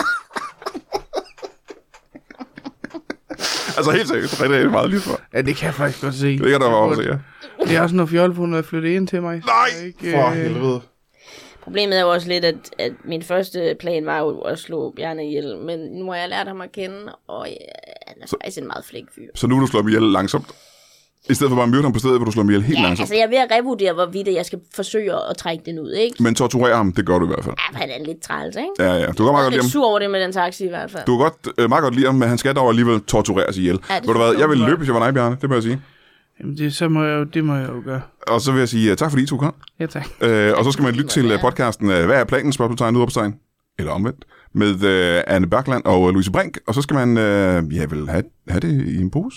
altså helt seriøst, rigtig, rigtig meget livsfar.
Ja, det kan jeg faktisk godt se.
Det kan der være også, ja.
Det er også noget fjol, hun er flyttet ind til mig. så
Nej,
jeg ikke,
for
øh,
helvede.
Problemet er jo også lidt, at, at min første plan var jo at slå Bjarne ihjel, men nu har jeg lært ham at kende, og ja, han er så... faktisk en meget flink fyr.
Så nu vil du slå ham ihjel langsomt. I stedet for bare at myrde ham på stedet, vil du slå ham ihjel helt
Ja,
langsomt.
altså jeg er ved at revurdere, hvorvidt at jeg skal forsøge at trække den ud, ikke?
Men torturere ham, det gør du i hvert fald.
Ja, han er lidt træls, ikke?
Ja, ja. Du kan
Jeg
meget
er
godt lide
lidt
ham.
sur over det med den taxi i hvert fald.
Du kan godt, øh, meget godt lide ham, men han skal dog alligevel tortureres ihjel.
Ja,
Ja,
det
Ved du hvad,
forstår
jeg vil
jeg
løbe,
godt.
hvis jeg var dig, Bjarne. Det må jeg sige.
Jamen, det, så må jeg jo, det må jeg jo gøre.
Og så vil jeg sige uh, tak, fordi I to kom.
Ja, tak.
Øh, og så skal man lytte til øh, podcasten øh, Hvad er planen? Spørgsmålstegn, udopstegn. Eller omvendt. Med øh, Anne Bergland og øh, Louise Brink. Og så skal man, øh, ja, vel have, have det i en pose.